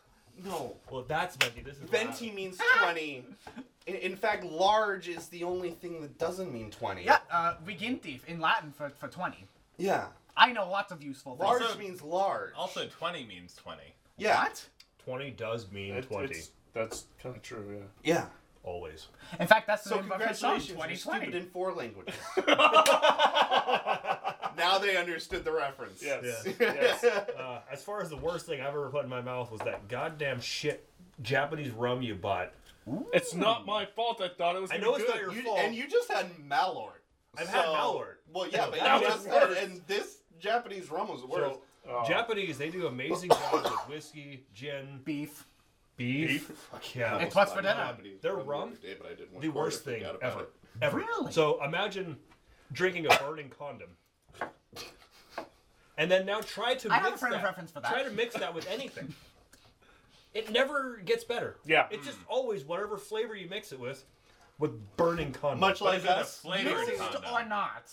no.
Well, that's venti. This is
Venti
loud.
means 20. In, in fact, large is the only thing that doesn't mean 20.
Yeah, uh, vigintif in Latin for, for twenty.
Yeah.
I know lots of useful things.
Large
Also-
means large.
Also, 20 means 20.
yeah.
What?
Twenty does mean
It-
twenty.
it's- that's kind of true, yeah.
Yeah.
Always.
In fact, that's the
So
name of our song,
congratulations, you're
Twenty
stupid
Twenty.
in four languages. now they understood the reference.
Yes.
Yeah.
yes.
Uh, as far as the worst thing I've ever put in my mouth was that goddamn shit Japanese rum you bought.
It's not my fault. I thought it was.
I
gonna
know
be
it's not
good.
your
You-
fault.
and you just had Malort.
I've had Malort.
Well, yeah,
No,
but
that
you
was
just said,
worse.
and this Japanese rum was worse.
So, Japanese, they do amazing jobs with whiskey, gin,
Beef.
beef. Yeah.
It's what's for
Not
dinner.
Japanese
Their
the
rum?
other day, but I did one
the
quarter,
worst thing
forgot about
ever.
it.
Ever.
Really?
So imagine drinking a burning condom. And then now try to
I have a
mix
frame of
that.
reference for that.
Try to mix that with anything. it never gets better.
Yeah.
It's just always whatever flavor you mix it with, with burning condom.
Much like
is it, a
us,
flavor
you-
condom?
Used or not?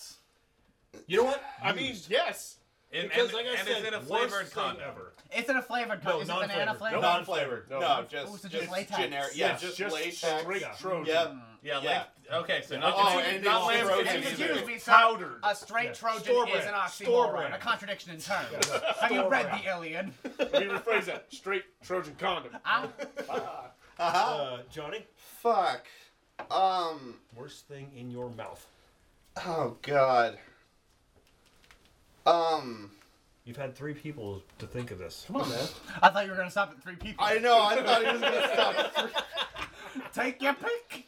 you know what?
I mean, yes.
And,
because
and-
like I
and
said,
is it a
worst
flavored
thing
condom?
ever.
Is it a flavored?
No,
is it banana
non-flavored.
flavored?
Nope. No.
non-flavored. No, just,
Oh, so just
just
latex.
generic. Yeah,
Yeah,
just,
Just
latex.
straight
Yeah.
Trojan.
Yeah.
Yeah,
Yeah.
like. Okay, so not,
Oh,
considered-
and
not
it's
lamb
frozen
And
skin
either.
either.
excuse me, sir.
Powdered.
A straight
Yeah.
Trojan
Store
is an
brand. Store
oxymoron,
brand.
a contradiction in terms. Have you read the Iliad?
Let me rephrase that. Straight Trojan condom.
I,
Uh, Johnny,
Fuck. Um.
worst thing in your mouth.
Oh God. Um.
You've had three people to think of this.
Come on, man.
I thought you were gonna stop at three people.
I know. I thought he was gonna stop.
Take your pick.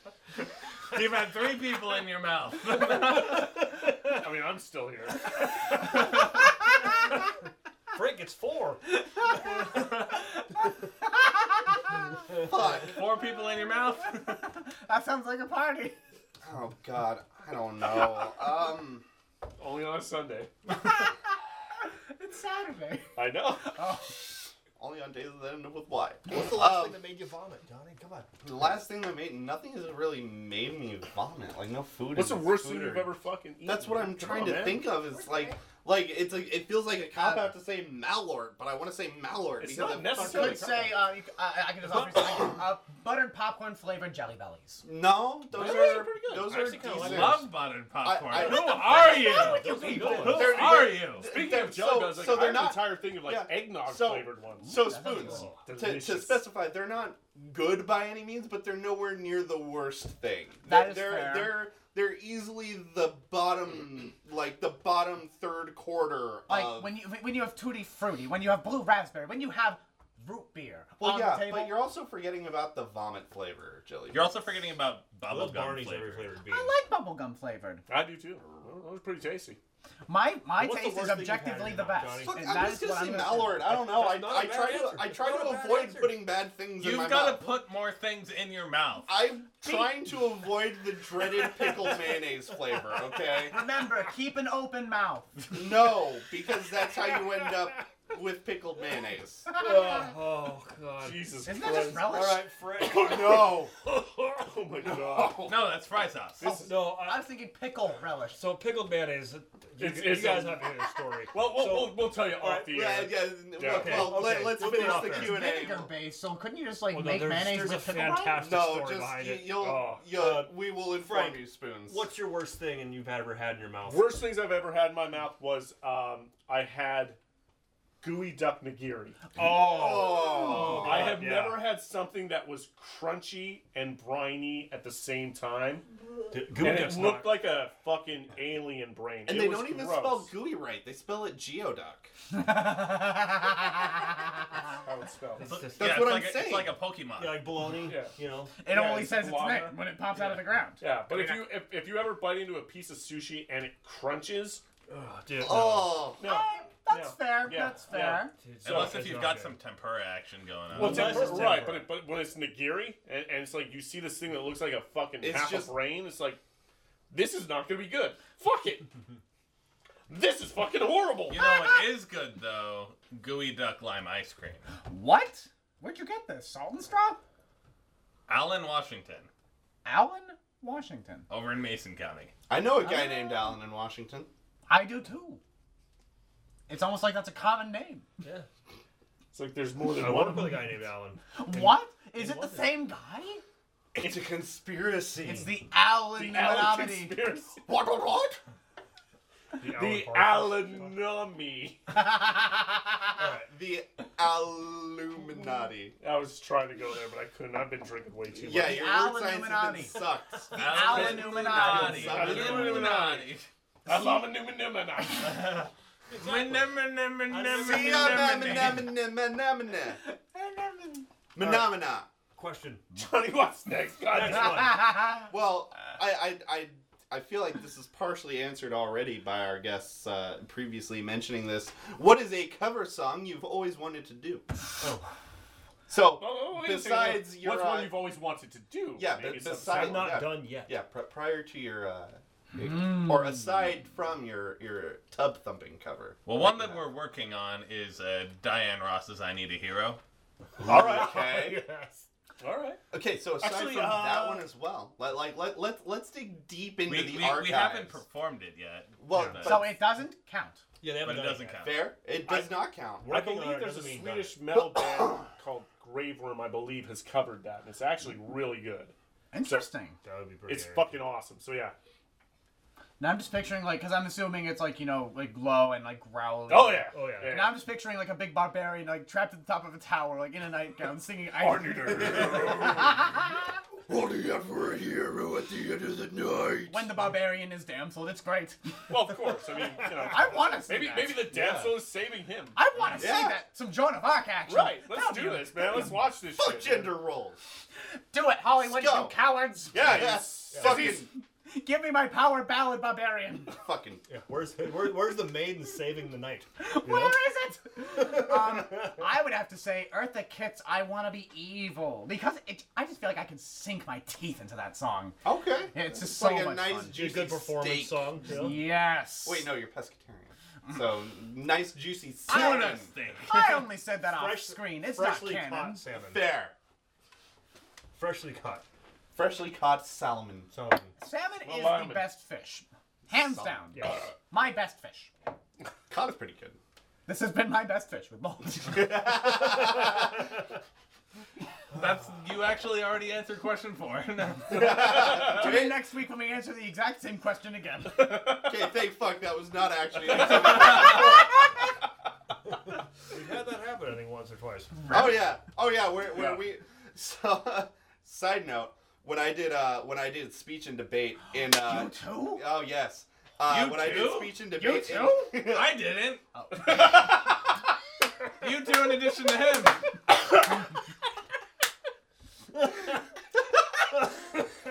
You've had three people in your mouth.
I mean, I'm still here.
Frank, it's four.
Fuck.
Four people in your mouth.
That sounds like a party.
Oh God. I don't know. Um.
Only on a Sunday.
It's Saturday.
I know.
Only on days that end up with Y. What's the
Last
last,
thing that made you vomit, Johnny. Come on.
the last thing that made nothing has really made me vomit. Like no food.
What's the
is
worst
food
thing
or-
you've ever fucking eaten?
That's what
Come
I'm trying
on,
to
man. Uh,
think of. Is like, like it's like it feels like a cop out to say Malort, but I want to say Malort
It's
because
not
it
necessarily
Could say uh, you, c- I, I can just offer you something. Uh, buttered popcorn flavored jelly bellies.
fucking- No, those
Those
are
are pretty good.
those
I
are
actually kinda like
decent.
I love buttered popcorn.
I-
Who are you?
Those are good
Who
ones.
They're-
are
they're-
you?
Speaking
They're-
of jelly
so-
bells, like,
so
so
they're
they're
not-
an entire thing of like
yeah.
eggnog
So-
flavored ones.
So
sounds
spoons.
good.
To, to
Delicious.
specify, they're not good by any means, but they're nowhere near the worst thing.
That is
they're,
fair.
They're they're easily the bottom, like the bottom third quarter.
Like
Uh,
of,
when you when you have tutti frutti, when you have blue raspberry, when you have root beer
well,
on
yeah,
the table.
but you're also forgetting about the vomit flavor jelly.
You're also forgetting about
I love
bubblegum
Barney's
flavor.
every flavored bean.
I like bubblegum flavored.
I do too. Well, that was pretty tasty.
My my
What's the worst
taste is
thing you've had
objectively
in
the
your mouth,
best.
Johnny?
Fuck,
and
I'm
that
just
is
gonna
what
say
I'm gonna
Malort. I don't know. I,
That's not a
I
bad
try
answer.
to I try
Not a
to
bad
avoid
answer.
putting bad things in my
You've
mouth.
got to put more things in your mouth.
I'm trying to avoid the dreaded pickle mayonnaise flavor. Okay.
Remember, keep an open mouth.
No, because that's how you end up with pickled mayonnaise.
Oh, god.
Jesus
Isn't that
Christ.
just relish?
Frank.
No.
Oh my god.
No, that's fry sauce.
no, I,
I was thinking pickle relish.
so pickled mayonnaise. You,
It's-
you
it's
guys
a-
have to hear the story.
Well, we'll,
So-
we'll, we'll tell you off
right,
the
Yeah,
air.
yeah, well,
okay,
well,
okay,
Let, us
we'll be
finish
off
the
there.
Q and
Vinegar
A.
based, so couldn't you just like
Well, no,
make
there's-
mayonnaise
there's a
with pickle rind?
fantastic-
No,
story behind
just
it.
you, will
Oh,
you'll,
uh,
we will inform
Frank,
you, spoons.
What's your worst thing and you've ever had in your mouth?
Worst things I've ever had in my mouth was um, I had gooey duck nigiri.
Oh.
I have
yeah.
never had something that was crunchy and briny at the same time.
D-
and
Gooey
it
Duck's
looked
not.
like a fucking alien brain.
And
It
they
was
don't even
gross.
spell gooey right. They spell it geoduck.
How it's spelled.
That's
what I'm
like A,
saying.
it's like a Pokemon.
Yeah, like bologna.
Yeah.
You know.
It
Yeah,
only
it's
says its
guava.
name when it pops out of the ground.
Yeah, but if you if, if you ever bite into a piece of sushi and it crunches,
Oh, dude, no.
Oh.
no.
Hey, that's
Yeah.
fair.
Yeah.
That's fair.
Dude, so
Unless if
it's
you've
not
got
good.
some tempura action going on.
Well,
Unless
tempura,
it's tempura.
right? But it, but when it's nigiri and, and it's like you see this thing that looks like a fucking
It's
half
just-
a brain, it's like this is not gonna be good. Fuck it. this is fucking horrible.
you know what is good though? Gooey duck lime ice cream.
What? Where'd you get this? Salt and straw?
Alan Washington
Allen, Washington.
over in Mason County.
I know a
Ah.
guy named Alan in Washington.
I do too. It's almost like that's a common name.
Yeah.
It's like there's more than
I
one.
want to
of
put a
them.
guy named Alan.
What? Is it the
London.
same guy?
It's a conspiracy.
It's the Allen
The Allen
Menominee.
conspiracy.
what what what?
The Alan.
The
Parker.
Alanami.
The Illuminati.
I was trying to go there, but I couldn't. I've been drinking way too
Yeah,
much.
your
Alan
word science has
Illuminati.
been sucked.
Alan Illuminati.
Illuminati. I love a new Illuminati.
See, I'm a menomina- menomina. Menomina.
Question.
Johnny, what's next? God
Next
damn.
one.
Well,
Uh.
I, I, I, I feel like this is partially answered already by our guests uh, previously mentioning this. What is a cover song you've always wanted to do?
Oh.
So,
Oh, wait a second.
besides your,
what's
uh,
one you've always wanted to do?
Yeah,
Maybe
but
it's something-
besides-
I'm not
Yeah.
done yet.
yeah, pr- prior to your, uh, or aside from your your tub thumping cover.
Well, one that we're working on is uh, Diane Ross's "I Need a Hero."
All right. Okay.
Yes.
all right.
Okay. So aside
Actually,
from that
uh,
one as well, let like let let let's dig deep into
We,
the
we,
archives.
we haven't performed it yet.
Well, but-
but,
So it doesn't count.
Yeah, they
but
haven't
it
done
doesn't
yet.
count.
Fair. It does not count.
I
Working on
believe
it
there's a
doesn't mean done.
Swedish metal band called Graveworm. I believe has covered that, and it's actually really good.
Interesting.
That would be pretty.
It's
eerie.
fucking awesome. So yeah.
Now I'm just picturing like, cause I'm assuming it's like you know like low and like growly.
Oh yeah.
Oh, yeah.
And I'm just picturing like a big barbarian like trapped at the top of a tower like in a nightgown singing.
I
I
need a-
Only ever a hero at the end of the night.
when the barbarian is damsel, it's great.
well, of course. I mean, you know,
I want to see
maybe
that.
maybe the damsel is saving him.
I want to
Yeah.
see that. Some Joan of Arc action.
Right. Let's
That'd
do
be a-
this, man. Let's watch this.
Fuck
shit, man.
gender roles.
Do it, Hollywood,
Let's go.
you cowards.
Yeah. you
Yes.
fucking-
Fucking.
Give me my power ballad, barbarian.
Fucking.
Yeah, where's where, where's the maiden saving the night? You
Where
know?
is it? um, I would have to say Eartha Kitt's "I Want to Be Evil" because it, I just feel like I could sink my teeth into that song.
Okay.
Yeah, it's just
like
so
a
much
nice
fun.
Be a
juicy
good performance
steak.
song. You know?
Yes.
Wait, no, you're pescatarian. So nice juicy
Tuna
salmon.
steak.
I only said that off
Fresh-
screen. It's not
freshly
canon.
caught salmon.
Fair.
Freshly caught
Freshly caught salmon.
salmon.
Salmon
Well,
is
lineman.
the best fish, hands
Salmon.
down.
Yes.
My best fish.
Cod is pretty good.
This has been my best fish with Bold.
That's you actually already answered question four.
Tune in next week when we answer the exact same question again.
Okay, thank fuck that was not actually.
We've had that happen, I think, once or twice.
Oh yeah. Oh yeah. Where where
Yeah.
we? So, side note. When I did uh when I did speech and debate in uh
you too?
oh yes uh
You
when I did
too?
speech and
You
debate in-
too?
I didn't. you two in addition to him.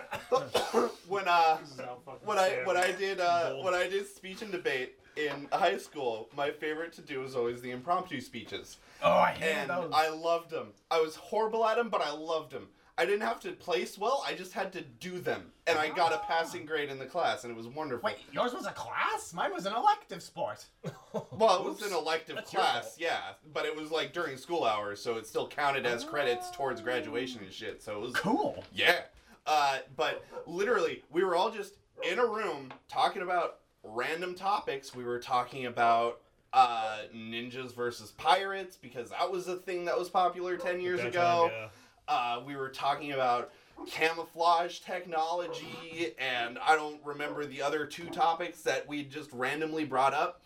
when uh
Sound fucking
when I
sad.
when I did uh, when I did speech and debate in high school, my favorite to do was always the impromptu speeches,
Oh, I hate
and
those.
I loved them. I was horrible at them, but I loved them. I didn't have to place well; I just had to do them, and I got a
Ah.
passing grade in the class, and it was wonderful.
Wait, yours was a class? Mine was an elective sport.
well, it was an elective
That's your
class,
fault.
yeah, but it was like during school hours, so it still counted as credits towards graduation
Ah.
and shit. So it was
Cool.
Yeah. Uh, but literally, we were all just in a room talking about random topics. We were talking about uh, ninjas versus pirates because that was a thing that was popular 10 years
That
ago.
time,
Uh, we were talking about camouflage technology, and I don't remember the other two topics that we just randomly brought up.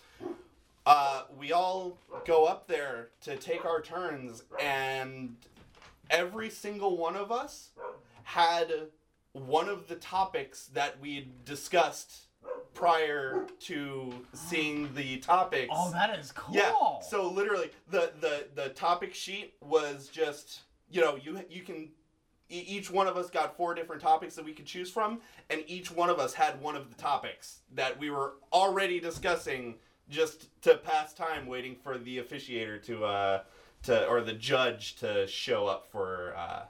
uh, we all go up there to take our turns, and every single one of us had one of the topics that we discussed prior to seeing the topics.
Oh, that is cool.
Yeah. So literally, the the the topic sheet was just you know you you can e- each one of us got four different topics that we could choose from, and each one of us had one of the topics that we were already discussing just to pass time waiting for the officiator to uh to or the judge to show up for uh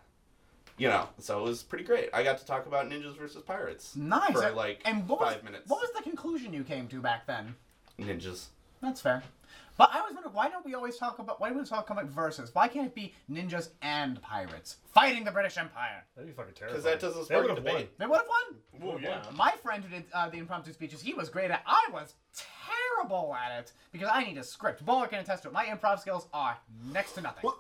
you know so it was pretty great i got to talk about ninjas versus pirates
nice.
for
And-
like
and what
five
was,
minutes
What was the conclusion you came to back then?
ninjas
That's fair. But I was wondering why don't we always talk about why do we talk about versus? Why can't it be ninjas and pirates fighting the British Empire?
That'd be fucking terrible.
because that doesn't
They
spark
would have
debate
won.
They would have won.
Oh yeah.
My friend who did uh, the impromptu speeches, he was great at. I was terrible at it because I need a script. Bowler can attest to it. My improv skills are next to nothing.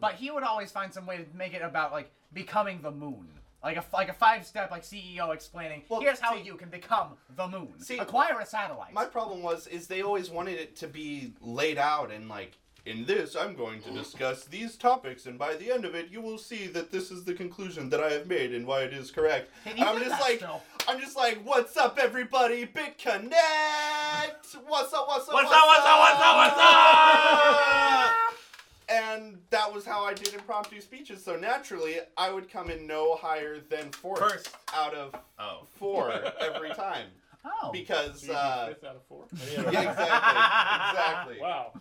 but he would always find some way to make it about like becoming the moon. Like a, like a five step like CEO explaining
Well,
here's how
see-
you can become the moon
See,
acquire a satellite
My problem was is they always wanted it to be laid out and like in this I'm going to discuss these topics and by the end of it you will see that this is the conclusion that I have made and why it is correct.
And you
I'm
did
just
that
like
still.
I'm just like what's up everybody BitConnect. What's up what's up
What's up, what's up, what's up, what's up?
And that was how I did impromptu speeches. So naturally, I would come in no higher than fourth
First.
out of
Oh.
four every time
oh
because
So you
uh,
do fifth out of four.
yeah, exactly. Exactly.
Wow.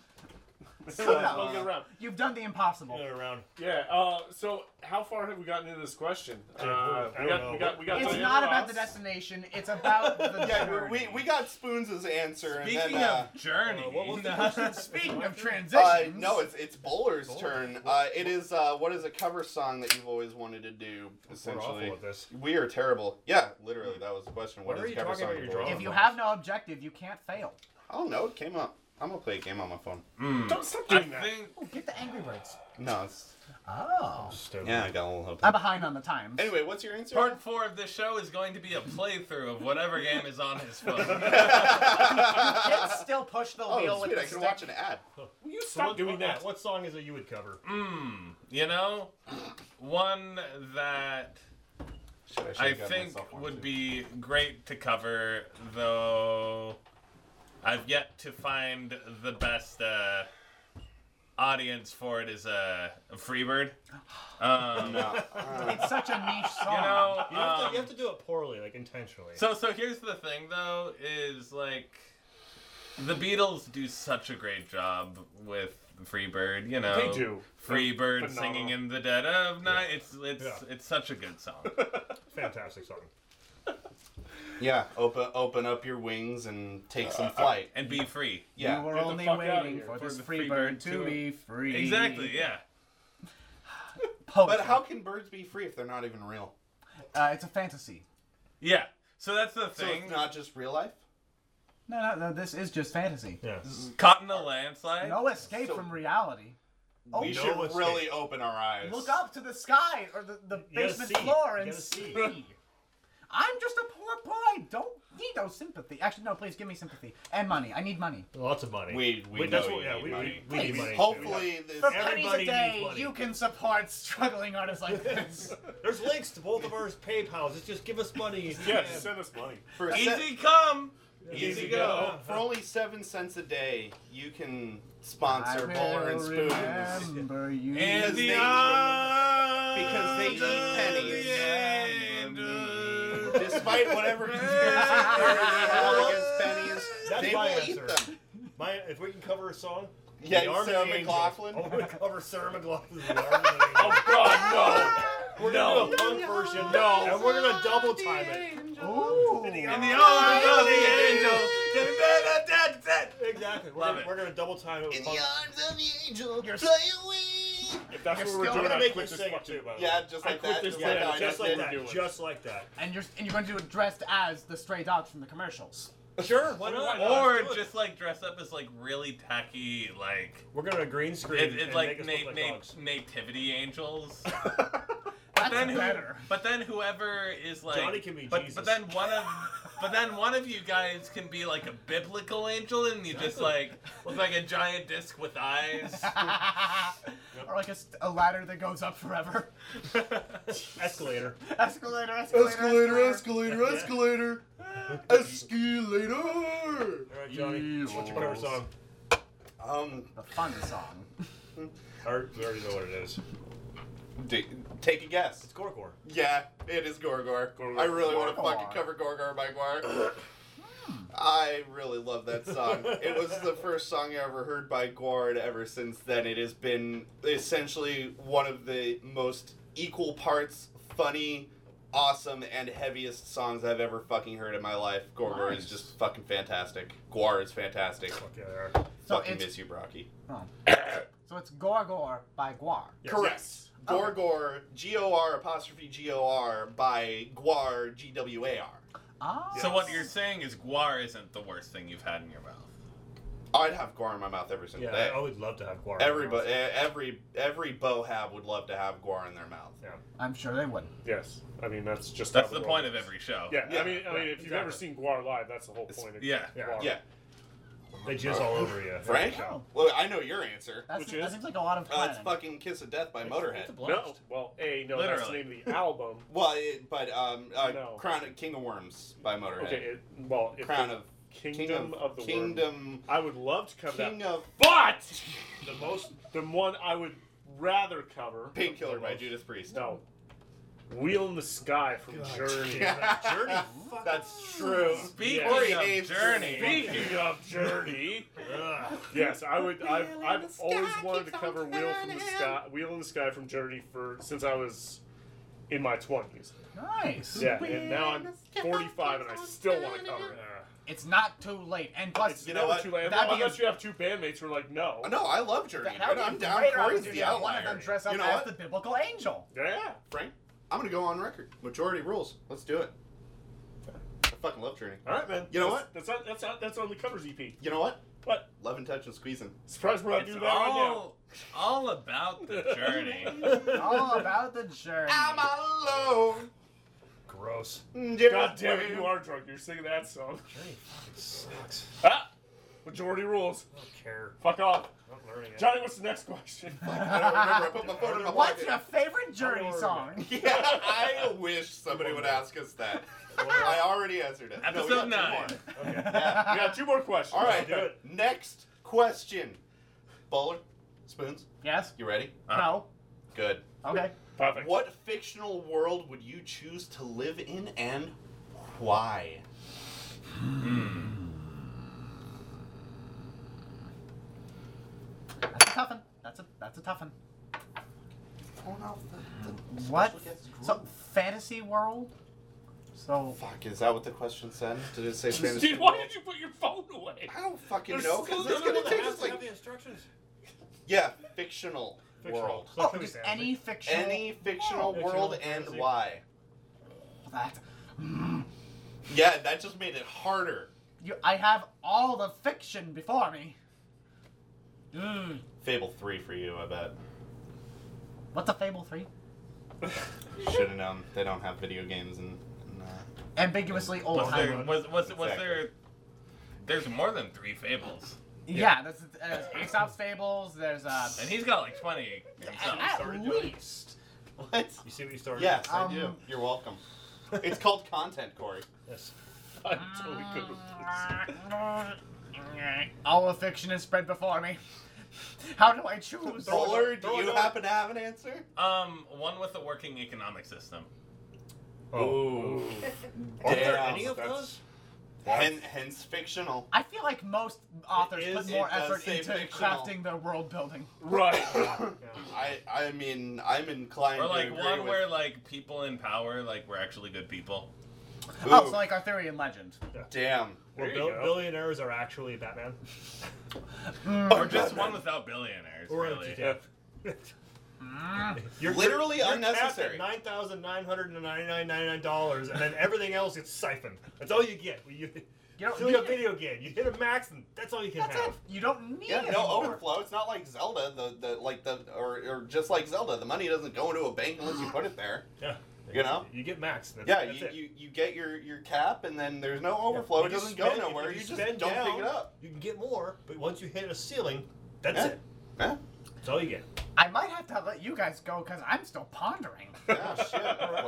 So,
Well,
uh,
good round.
you've done the impossible
around.
Yeah. Uh, so, how far have we gotten into this question?
Dude,
Uh,
I
we,
don't
got,
know.
we got. We got.
it's
Diana
not about
Ross.
the destination it's about the
Yeah,
journey.
we, we got Spoons' answer. And
Speaking
then, uh,
of journey,
what was the
speaking of transitions
uh, no, it's it's Bowler's turn. Uh, it is uh, what is a cover song that you've always wanted to do?
We're awful
Essentially,
at this.
we are terrible. Yeah, literally, that was the question.
What
is
are you
a cover
talking
song?
about
that
your
Bowler's
if you
wants?
have no objective you can't fail
oh no, it came up. I'm gonna play a game on my phone.
Don't stop
I
doing that.
think
oh, get the angry birds
No, it's
oh
Stupid.
yeah, I got a little hope.
i'm behind on the times
Anyway, what's your answer?
part four of this show is going to be a playthrough of whatever game is on his phone.
Kids still push the wheel
oh,
with
sweet!
the
I can
stick.
watch an ad.
Will you
So
stop
what,
doing
what-
that?
What song is it you would cover?
Hmm. You know, one that
Should should
I
have gotten
think
myself one,
would
too.
be great to cover, though I've yet to find the best uh, audience for it is a uh, Freebird. Um,
No, uh,
it's such a niche song
You know,
You have, to,
um,
you have to do it poorly, like intentionally.
So so here's the thing though is like the Beatles do such a great job with Freebird, you know.
They do.
Freebird
Phenomenal.
singing in the dead of night. It's it's
Yeah.
it's such a good song.
Fantastic song.
yeah, open open up your wings and take some flight.
and be free.
Yeah,
You were
Get the
only
fuck outta
waiting
here.
for
For
this
the
free
free
bird
bird
to
to-
be free.
Exactly, yeah.
Poetry.
But how can birds be free if they're not even real?
Uh, it's a fantasy.
Yeah. So that's the
So
thing.
it's not just real life.
No, no, no. This is just fantasy.
Yeah.
Caught in a landslide.
No escape
So-
from reality. Oh,
we
no
should
escape.
really open our eyes.
Look up to the sky or the, the
You gotta
basement
see.
floor
You
and
gotta
see.
see.
I'm just a poor boy. Don't need no sympathy. Actually, no. Please give me sympathy and money. I need money.
Lots of money.
We- we
that's
know
what,
you
yeah,
need
we,
money.
We, we need
Please.
money. too.
Hopefully this.
For
Everybody
pennies a day,
needs money.
you can support struggling artists like this.
There's links to both of our PayPal's. It's just give us money.
Yes, send us money.
For, se-
Easy come.
easy
Easy
go.
go.
For only seven cents a day, you can sponsor
I
Bowler and
will
Spoons
remember you.
And
they-
the eye
because they eat
of
pennies.
the angel.
Despite whatever conspiracy theory they have against pennies,
That's
they
my
will
answer.
eat them.
My, if we can cover a song.
Yeah,
The Army
Sarah
Angels.
McLachlan.
I want to cover Sarah McLaughlin's The Army Angels.
Oh God,
We're
No.
gonna do a punk version. No, and we're gonna double time it.
Ooh.
In the arms of the angel. Da-da-da-da-da-da.
Exactly. We're,
Love
gonna,
it.
we're gonna double time it. With
In the
punk.
arms of the angel,
You're-
fly away.
no! If that's
You're
what we're doing,
still
We're gonna
I
make you
quit this
sing it
fucking.
too, by the way.
Yeah, just
I
like
quit
that.
this
Just
band,
like that.
Just like
did
that.
do it.
Just like that.
And you're and you're going to do it dressed as the stray dogs from the commercials.
Sure. Why not?
Or
Let's do it.
just like dress up as like really tacky, like
we're gonna green screen.
it, it,
and
like,
make us
na-
look like
na-
dogs.
nativity angels. But then, who,
better.
but then whoever is like
Johnny can be
but,
Jesus.
But then one of but then one of you guys can be like a biblical angel and you just like look like a giant disc with eyes.
or like a, st- a ladder that goes up forever.
Escalator.
Escalator, escalator, escalator.
escalator, escalator, escalator.
All right, Johnny. What's your cover song?
Um,
The fun song.
Or, we already know what it is.
d- take a guess.
It's Gorgor.
Yeah, it is Gorgor.
Gorgor.
I really want to
Gorgor.
fucking cover Gorgor by Guar. I really love that song. it was the first song I ever heard by Guar, and ever since then, it has been essentially one of the most equal parts funny, awesome, and heaviest songs I've ever fucking heard in my life. Gorgor is just fucking fantastic. Guar is fantastic.
Fuck yeah, they are.
So
fucking
it's-
miss you, Brocky.
Oh. So it's Gore Gore by Guar.
Correct.
Oh.
Gorgor, G O R apostrophe G O R by Guar, G W A R.
Ah.
So what you're saying is guar isn't the worst thing you've had in your mouth.
I'd have guar in my mouth every single
Yeah,
day.
oh,
I would love to have Guar.
Everybody, every every bohab would love to have guar in their mouth.
Yeah.
I'm sure they would.
Yes, I mean that's just
That's
how
the
it
point of
rolls.
every show.
Yeah, I
Yeah,
mean, I mean, if you've ever
exactly.
seen Guar live, that's the whole point. Of
yeah.
Yeah.
Guar.
Yeah,
They jizz all over you.
Frank.
Oh.
Well, I know your answer.
That's,
Which
that
is?
seems like a lot of
Uh,
planning.
it's fucking "Kiss of Death" by Motorhead.
No, well, a no, that's the
Literally.
name of the album.
Well, it, but um, uh,
No.
Crown of King of Worms by Motorhead.
Okay, it, well, if
Crown
the
of
Kingdom, of the Worm.
Kingdom
I would love to cover
King
that,
of
but the most, the one I would rather cover,
Painkiller by Judas Priest.
No, Wheel in the Sky from Journey.
Journey.
That's true.
Speaking
Corey
of
Haim-
journey,
Speaking of Journey,
Ugh.
yes, I would. I've,
Wheel in the
I've
sky
always wanted to
keeps on
cover Wheel from the
turning.
Sky, Wheel in the Sky from Journey for since I was in my twenties.
nice.
Yeah, and now I'm 45 and I still want to cover it.
It's not too late. And plus,
It's
You
you
know what?
too late.
That'd be
Unless you have two bandmates who are like, no.
No, I love Journey.
that would
dude. I'm
be
down.
great
Corey's
opportunity
the
to have One of them
outlier.
dress up
You know
as
what?
the biblical angel.
Yeah.
Frank, I'm gonna go on record. Majority rules. Let's do it. I fucking love Journey.
All right, man.
You know
That's- That's on, that's on, that's on the covers EP.
You know what?
But
Love and touch and squeezing.
surprised we're not
it's
doing that right
all all about the journey.
All about the journey.
alone.
Gross.
Mm,
now. God damn it, you are drunk. You're singing that song.
Journey fucking sucks.
Ah, majority rules.
I don't care.
Fuck off.
I'm not learning it.
Johnny, what's the next question?
I don't remember. I put my phone in my
What's
pocket.
your favorite journey
Lord.
song?
Yeah, I wish somebody would ask us that. I already answered it. No, we got
Episode
two
nine.
more.
Okay.
Yeah.
we got two more questions.
All right.
Do it.
Next question. Bowler, spoons.
Yes.
You ready?
No.
Good.
Okay.
Perfect.
What fictional world would you choose to live in, and why?
That's a tough one. That's a that's a tough one. What? So fantasy world. So oh,
Fuck, is that what the question said? Did it say fantasy?
Dude, why
world?
did you put your phone away?
I don't fucking
There's
know. 'cause
still
it's gonna
another
take
one
us like
the instructions.
yeah, fictional, world.
So
oh,
can we
just
say
any fictional.
Any fictional
Fictional
world and
fantasy.
why?
That,
Yeah, that just made it harder.
you, I have all the fiction before me. Mm.
Fable three for you, I bet.
What's a Fable three?
Should have known they don't have video games and. and uh,
Ambiguously old.
Was there
Hyrule.
was was, was
Exactly.
there? There's more than three fables,
Yeah, that's uh, Aesop's Fables. There's uh,
and he's got like twenty himself.
at,
sorry,
at
Johnny.
least.
what?
You see what you started?
Yes,
Um,
I do. You're welcome. it's called content, Corey.
Yes.
I'm totally good with this.
All of fiction is spread before me. How do I choose?
Solar, do
throw
you
another-
happen to have an answer?
Um, one with a working economic system.
Oh.
Are there
any of those?
Hen, hence fictional.
I feel like most authors
It is-
put more
it does
effort
say
into
fictional.
crafting their world building.
Right.
I, I mean, I'm inclined
Or like
to agree
one
with,
where like people in power like were actually good people.
Oh,
Ooh,
so like Arthurian legend.
damn.
Well,
you
bil-
go.
billionaires are actually Batman.
Or just one without billionaires,
Or
really.
MTK.
Hmm?
You're
Literally
you're
unnecessary.
Nine thousand nine hundred and ninety-nine ninety-nine dollars, and then everything else gets siphoned. That's all you get. You-
You don't
Doing a
need it.
video game, you hit a max, and that's all you can
That's
have.
it. You don't need
Yeah,
it.
no
anymore.
overflow. It's not like Zelda, the, the like the or, or just like Zelda, the money doesn't go into a bank unless you put it there.
Yeah.
You know?
You get max. That's,
Yeah,
that's
you,
it.
you, you get your, your cap and then there's no overflow.
If
it
you
doesn't
spend-
go
if
nowhere. You, just
spend
don't pick
down,
it up.
You can get more, but once you hit a ceiling, that's
Yeah.
it.
Yeah.
That's all you get.
I might have to let you guys go because I'm still pondering.
Yeah, shit.
Uh, uh, I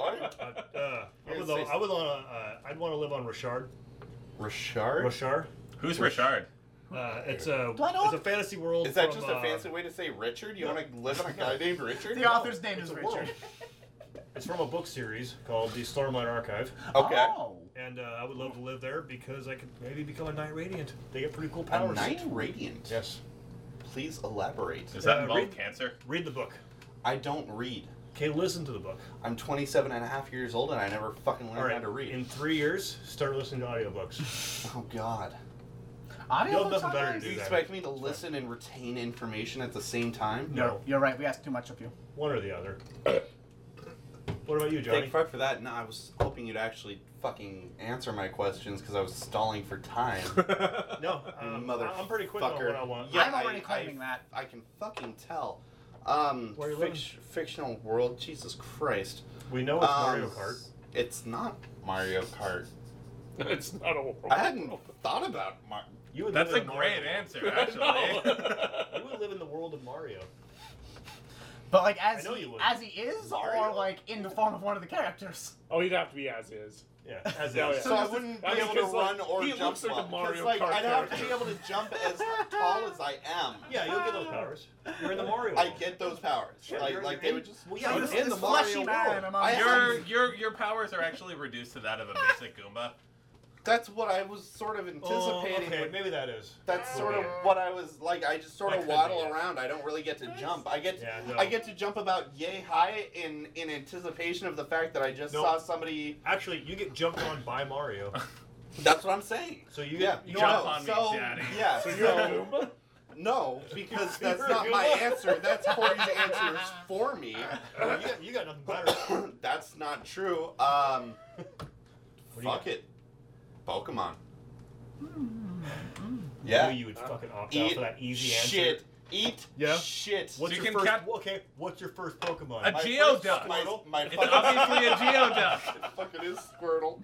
You're
would,
gonna
love,
say-
I would want to. Uh, I'd want to live on Richard.
Richard?
Richard.
Who's Richard?
Uh, it's a.
Do I know
It's a
it?
fantasy world.
Is that
from,
just a
uh,
fancy way to say Richard? You want to live on a guy named Richard?
The author's name
It's
is
a
Richard.
world. It's from a book series called The Stormlight Archive,
Okay.
Oh.
and uh, I would love to live there because I could maybe become a Knight Radiant. They get pretty cool
A
powers.
Knight Radiant.
Yes.
Please elaborate.
Does that
Uh,
involve
read-
cancer?
Read the book.
I don't read.
Okay, listen to the book.
I'm 27 and a half years old and I never fucking learned
All right.
how to read.
In three years, start listening to audiobooks.
Oh, God.
Audio
You'll have nothing better to
Do you
do.
expect me to listen and retain information at the same time?
No,
You're right. We asked too much of you.
one or the other. What about you, Johnny?
Thank fuck for that. No, I was hoping you'd actually fucking answer my questions because I was stalling for time.
No, um,
Mother
I'm pretty quick on what I want.
I'm already claiming that.
I can fucking tell. Um,
Where you
fic- fictional world, Jesus Christ.
We know it's
Um,
Mario Kart.
It's not Mario Kart.
It's not a world.
I hadn't
Oh.
thought about Mar-
You would
That's
live
a
in Mario
great
Kart.
answer, actually.
You would live in the world of Mario.
But like as
I know
he,
you would.
as he is, or
Mario?
like in the form of one of the characters.
Oh, he'd have to be as is.
Yeah, as
Oh,
is.
yeah.
So I wouldn't be
That's
able to
because, like,
run or
he
jump
looks like a
well, 'cause,
Mario
like,
Kart
I'd have to be
character.
able to jump as tall as I am.
Yeah, you'll get those powers. You're in the Mario.
I
world.
get those powers. like,
you're-
like
you're
they
in-
would just.
Well, yeah,
I'm
this-
in the
this fleshy
Mario
man,
world.
I'm on
I
the
am-
Your your your powers are actually reduced to that of a basic Goomba.
That's what I was sort of
Oh,
anticipating.
okay,
would-
maybe that is.
That's sort of
Okay.
what I was like. I just sort
That
of
could be
waddle
it.
around. I don't really get to jump. I get
Yeah, no.
I get to jump about yay high in in anticipation of the fact that I just
No.
saw somebody.
Actually, you get jumped on by Mario.
That's what I'm saying.
So you
yeah,
get you
no,
jump on me,
so,
Daddy.
Yeah,
So
so,
you're a Goomba?
no, because that's
You're a
not my
Goomba.
answer. That's Corey's answers for me.
got, you, got, you got nothing better.
that's not true. Um,
What do you
fuck
got?
it, Pokemon.
Yeah.
Yeah,
You would fucking opt out
eat
for that easy
shit.
answer.
Eat
Yeah.
shit.
What's
So you
your
can
first?
cap-
okay, what's your first Pokemon?
A
My
Geoduck.
first- My, my
It's
fucking-
obviously a Geoduck.
It fucking is Squirtle.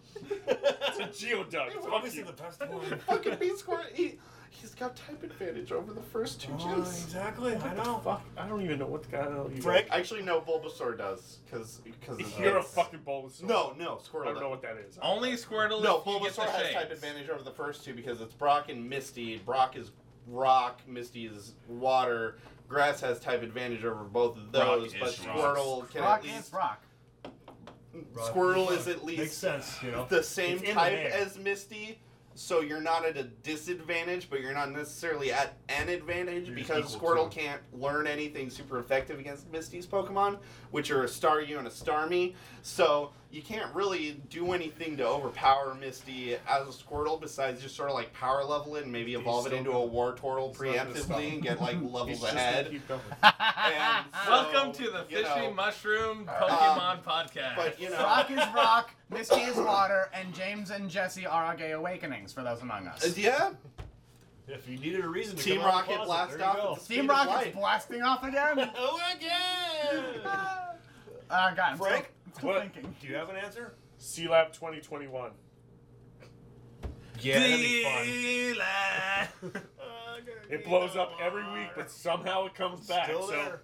It's a Geoduck.
It's
Fuck
obviously
you.
the best one.
Fucking be Squirtle. He, he's got type advantage over the first two
Oh,
gyms.
exactly. I know.
Fuck, I don't even know what the guy the hell you
Frank?
Actually, no, Bulbasaur does. Because of
You're a
this.
fucking Bulbasaur.
No,
I
no, Squirtle
don't know
does.
what that is.
Only Squirtle
No,
if you get
Bulbasaur
the
has
shades.
type advantage over the first two because it's Brock and Misty. Brock is rock, Misty is water. Grass has type advantage over both of
Brock
those,
is
but
rock.
Squirtle can
Rock
at least
is rock.
Rock
Squirtle
rock.
is at least
Makes sense, you know.
the same
It's in
type
there.
as Misty, so you're not at a disadvantage, but you're not necessarily at an advantage
You're just
because
equal
Squirtle
to.
can't learn anything super effective against Misty's Pokemon, which are a Staryu and a Starmie. So you can't really do anything to overpower Misty as a Squirtle besides just sort of like power level it and maybe evolve it
still
into a Wartortle
he's not gonna stop.
preemptively and get like
He's
levels
just gonna
ahead.
keep going.
And so,
Welcome to the
you
Fishy
know, Uh,
Mushroom Pokemon Podcast.
But you know, uh,
Rock is rock. Misty is water, and James and Jesse are our gay awakenings for those among us.
yeah,
If you needed a reason to
Team
come out of
Rocket
the closet,
blast
there you
off
go.
at the
Steam
Speed of
Rocket's
light.
blasting off again.
Oh again!
Ah. Uh, God, I'm still-
Frank,
I'm still,
what-
thinking.
Do you have an answer?
C Lab 2021.
Yeah, that'd be fun.
Delilah.
It blows up every week, but somehow it comes back.
Still
so
there.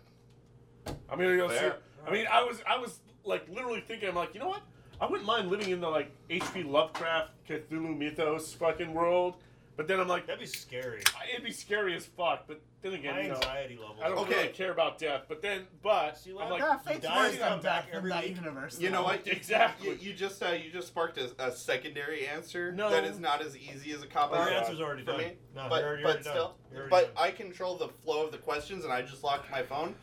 I'm gonna go
Fair.
see. I mean, I was I was like literally thinking, I'm like, you know what? I wouldn't mind living in the like H.P. Lovecraft Cthulhu mythos fucking world, but then I'm like,
That'd be scary.
it'd be scary as fuck. But then
My
again, you know,
anxiety level.
I don't
Okay.
really care about death. But then, but
See,
I'm
like-
like,
yeah, fate's
dies,
worse
you
than
come back
death in
every
that
week.
universe.
You know
though.
what?
Exactly.
You, you just uh, you just sparked a, a secondary answer
No.
that is not as easy as a cop
Our
Yeah.
out
answer's already
for
done.
me.
No,
but
you're, you're
but
already done.
still,
You're already
but
done.
I control the flow of the questions, and I just locked my phone.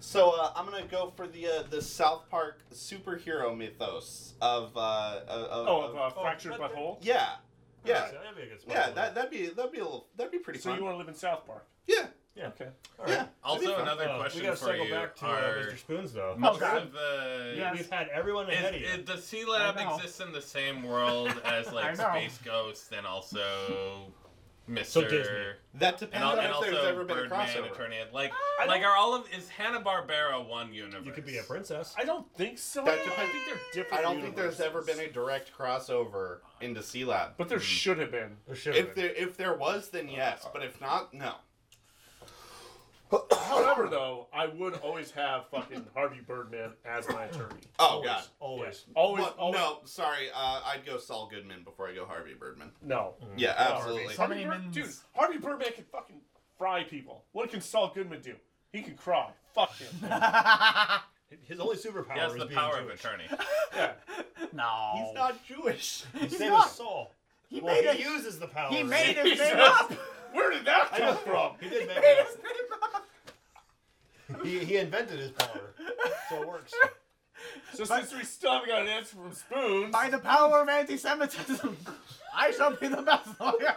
So uh, I'm gonna go for the uh, the South Park superhero mythos of uh, of, of-
oh, of, uh,
Oh,
fractured
but the-
butthole.
yeah, yeah,
That'd be a good spot. Uh,
yeah. That that'd be that'd be a little that'd be pretty
So
fun.
you want to live in South Park?
yeah,
Yeah.
Okay.
All right.
That'd be
Also,
fun.
another
Uh,
question
we gotta
for
cycle
you:
back to uh,
Are
Mr. Spoons though.
most
God.
of the
We-
Yeah.
We've had everyone
is,
ahead of you.
is- does Sea
I
Lab
know.
exist in the same world as
I
like
know.
Space Ghost and also Mr.
Disney.
That
And,
depends
al-
on
and
if
also
there's ever been a
Birdman,
crossover.
Attorney at like,
I
like are all of is Hanna Barbera one universe?
you could be a princess.
I don't think so.
That
I
depends-
think they're different.
I don't think there's ever been
universes.
a Mm-hmm. direct crossover into C Lab.
But there should have been.
There should have
If
been.
there if there was, then yes. But if not, no.
However, though, I would always have fucking Harvey Birdman as my attorney.
Oh god.
Always.
Always,
Well,
always.
no, sorry. Uh, I'd go Saul Goodman before I go Harvey Birdman.
No.
Yeah, absolutely.
Harvey
How many
Bir-
mins?
Dude, Harvey Birdman can fucking fry people. What can Saul Goodman do? He can cry. Fuck him.
His only superpower
He has
is
the
being
power of
Jewish.
attorney.
yeah.
No.
He's not Jewish.
His name
not.
is Saul.
He
well,
made
he
it.
uses the power.
He made his
Jesus.
name up.
Where did that
I know.
come from?
He did make
Made
it.
his name up.
up. He, he invented his power, so it works.
So since we still haven't got an answer from Spoon,
By the power of anti-Semitism, I shall be the best lawyer.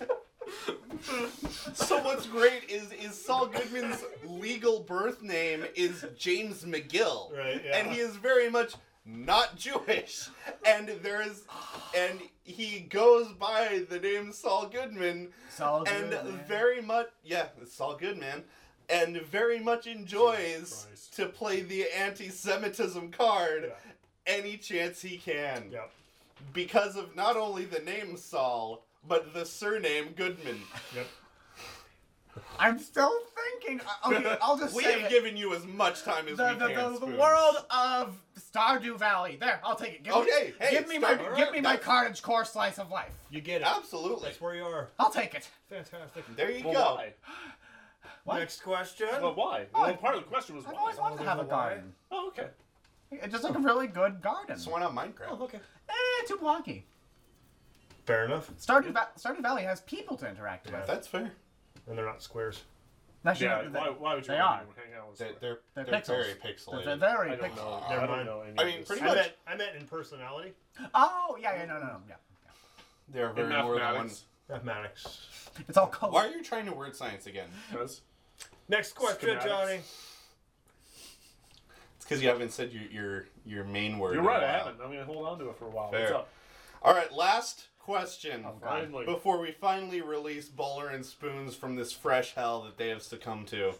So what's great is is Saul Goodman's legal birth name is James McGill,
Right, yeah.
and he is very much not Jewish, and there is, and he goes by the name Saul Goodman,
Saul
and
Goodman.
very much yeah, it's Saul Goodman, and very much enjoys
Christ.
to play the anti-Semitism card.
Yeah.
Any chance he can,
Yep.
because of not only the name Saul, but the surname Goodman.
Yep.
I'm still thinking. uh, Okay, I'll just
We
say
have
it.
given you as much time as
the,
we
the,
can.
the, the
Spoons.
world of Stardew Valley. There, I'll take it. Give
Okay,
me,
hey,
give me
Stardew-
my
alright,
give me my
that's-
cottage core slice of life.
You get it.
Absolutely.
That's where you are.
I'll take it.
Fantastic.
There you
well,
go.
why?
What?
Next question.
Well, why?
Oh,
well, part of the question was
I've
why.
always wanted to have a
there's a why.
garden.
Oh, okay.
It's just like a really good garden.
So why not Minecraft?
Oh, okay.
Eh, too wonky.
Fair enough.
Stardew, Va- Stardew Valley has people to interact with.
That's fair.
And they're not squares.
That should
Yeah.
not be
Why,
the-
why would you
They
want
are.
to hang out with?
They're
Spoon?
they're,
They're
they're
pixels.
very
They're,
pixelated.
they're very
I don't
pixel-
know.
Never
I don't
mind.
know. Any
I
of
mean,
this.
pretty
I
much.
meant, I meant in personality.
Oh yeah, yeah, no, no, no, yeah.
They're
In
very more than one.
mathematics,
Mathematics.
It's all color.
Why are you trying to word science again?
because
Next question,
Schematics.
Johnny.
It's because you haven't said your your your main word.
you're
in a
right. I
while.
haven't. I'm gonna hold on to it for a while.
Fair.
What's up?
All right, last question.
Finally.
Before we finally release Bowler and Spoons from this fresh hell that they have succumbed to,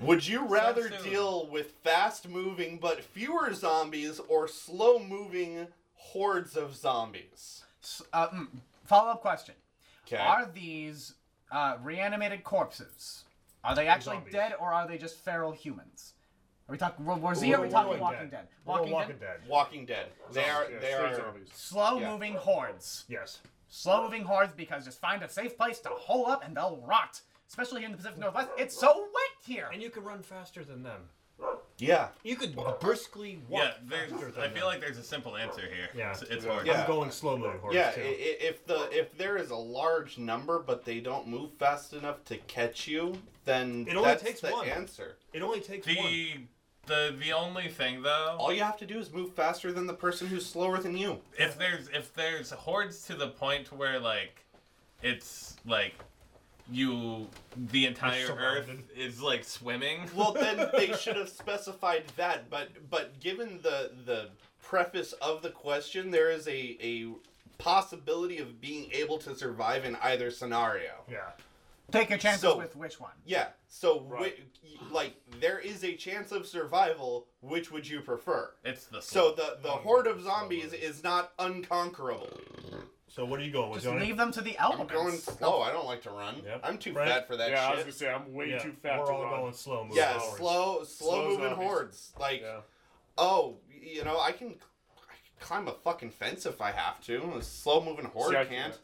would you rather
soon.
deal with fast moving but fewer zombies or slow moving hordes of zombies?
Uh, mm, follow-up question:
Okay.
Are these uh, reanimated corpses? Are they actually
Zombies.
dead, or are they just feral humans? Are we talking World War Z?
We're
Or are we
going
talking Walking Dead?
We're going
Walking,
Walking
Dead.
Dead.
Walking Dead. They are.
Oh, Yeah,
They
straight
are.
zombies.
Slow-moving hordes.
Yes.
Slow-moving hordes because just find a safe place to hole up and they'll rot. Especially here in the Pacific Northwest, it's so wet here.
And you could run faster than them.
Yeah.
You could briskly walk
yeah, there's.
faster than
I feel
them.
like there's a simple answer here.
Yeah.
it's, it's hard.
Yeah.
I'm going slow mo horse
Yeah. i-
too.
i- If the if there is a large number but they don't move fast enough to catch you, then
It only
that's
takes
the
one.
answer.
it only takes one.
The the the only thing though,
All you have to do is move faster than the person who's slower than you.
if there's if there's hordes to the point where like it's like you the entire earth
surrounded.
is like swimming
Well, then they should have specified that. But but given the the preface of the question, there is a a possibility of being able to survive in either scenario.
Yeah.
Take your chances
So-
with which one.
Yeah. So
Right.
whi- like there is a chance of survival. Which would you prefer?
it's the
So
slow.
the the horde of zombies is not unconquerable.
So what are you going with,
Just
Johnny?
leave them to the
I'm
elements.
going slow. I don't like to run.
Yep.
I'm too
Right.
fat for that
Yeah, I was
shit.
gonna say I'm way
Yeah,
too fat
We're
to
all
run.
going slow mo.
yeah,
hours.
slow, slow moving
zombies.
hordes. Like.
Yeah.
Oh, you know, I can, I can climb a fucking fence if I have to. A slow moving horde
See, I
can't.
can't.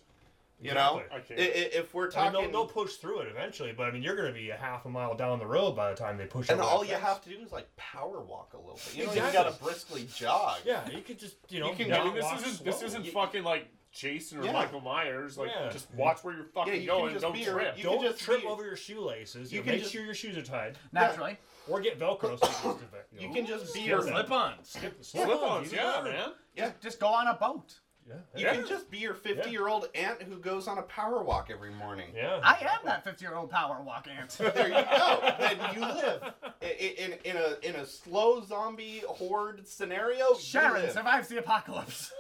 You know,
Exactly.
I can't.
I- i- if we're
I mean,
talking,
they'll, they'll push through it eventually, but I mean, you're going to be a half a mile down the road by the time they push.
and
over
all
that
you
fence.
have to do is like power walk a little bit. You know, you
Exactly.
gotta briskly jog.
Yeah, you could just you know.
You can
Yeah, I
not
mean,
walk
this isn't this
slow.
isn't
You-
fucking like Jason or
Yeah.
Michael Myers. Like,
Yeah.
just watch where you're fucking
Yeah, you can
going. and
just
Don't
be
trip.
around- you can
Don't
just
trip
be-
over your shoelaces. You,
you
know,
can
make
just-
sure your shoes are tied,
Naturally.
or get Velcro. so you just do that,
You
know.
can just be
Skip
your
it.
slip on.
Skip- slip
Slip
on,
ons,
you
yeah,
can-
man.
yeah.
Just go on a boat.
Yeah.
You can just be your 50 year old aunt who goes on a power walk every morning.
Yeah.
I am that 50 year old power walk ant.
There you go. then you live I- I- in, in a in a slow zombie horde scenario. you
Sharon
live.
survives the apocalypse.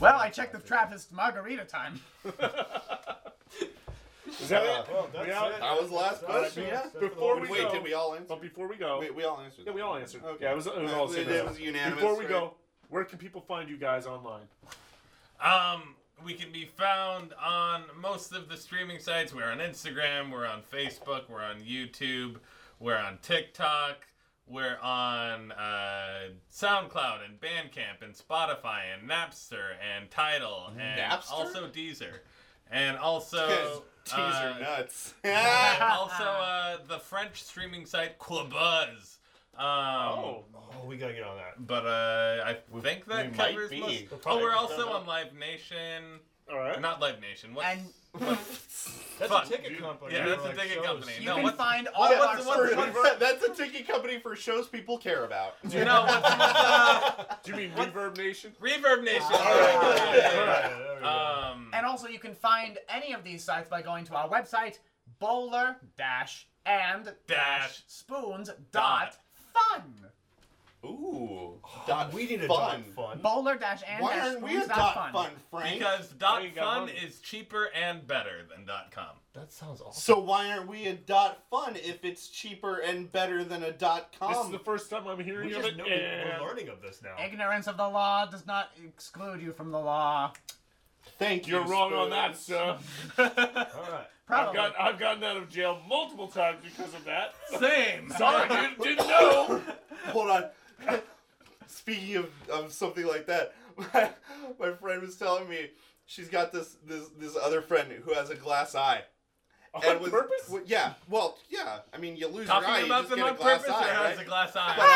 well, I checked the Trappist margarita time.
Is that
Uh,
it?
well, that's
we out?
it.
That was the last question. Yeah.
That's- that's
Before
the
we
one.
Wait,
go-
did we all answer?
But before we go,
We, we all answered.
yeah, we all answered.
Okay.
Yeah, it was, it was all the
It-
same
it
answer.
was unanimous,
Before we
right?
go, where can people find you guys online?
Um, we can be found on most of the streaming sites. We're on Instagram, we're on Facebook, we're on YouTube, we're on TikTok, we're on uh, SoundCloud and Bandcamp and Spotify and Napster and Tidal and
Mm. Napster?
also Deezer. And also
These are
uh,
nuts.
and also uh, the French streaming site Quabuzz. Um,
Oh,
Oh, we gotta get on that.
But uh, I think that
we might
covers
be.
most.
We're
Oh,
probably-
we're also on Live Nation.
all right.
Not Live Nation. What's,
And
That's
Fuck,
a ticket
dude.
company.
Yeah,
for,
that's a
like,
ticket
shows.
company.
you
No,
can
what's-
oh,
find all of our
That's,
social
for, that's a ticket company for shows people care about.
you know what's uh,
Do you mean Reverb Nation?
Reverb Nation.
Ah.
Yeah,
Yeah,
there we
yeah,
go.
yeah. Um,
And also, you can find any of these sites by going to our website, bowler dash and
Dash.
spoons
Dot.
dot fun.
Ooh. Dot
Oh, we need a
fun.
dot fun.
Bowler dash and
Why
dash
aren't we a
spoons
dot
dot
fun, Frank?
because dot
There you go.
fun is cheaper and better than dot com.
That sounds awesome.
so why aren't we a dot fun if it's cheaper and better than a dot com?
This is the first time I'm hearing
we
of
just
it.
know we- we're
and-
learning of this now.
Ignorance of the law does not exclude you from the law.
Thank you.
You're wrong on
Spoons.
that, sir.
All right.
I've,
Probably.
got, I've gotten out of jail multiple times because of that.
Same.
Sorry, dude, didn't know.
Hold on. Speaking of, of something like that, my, my friend was telling me she's got this this this other friend who has a glass eye.
On
was-
purpose?
w- yeah. Well, yeah. I mean, you lose your eye,
Talking
you
about
just
them
get a
on
glass
purpose or
eye,
has a
right?
glass eye?
But,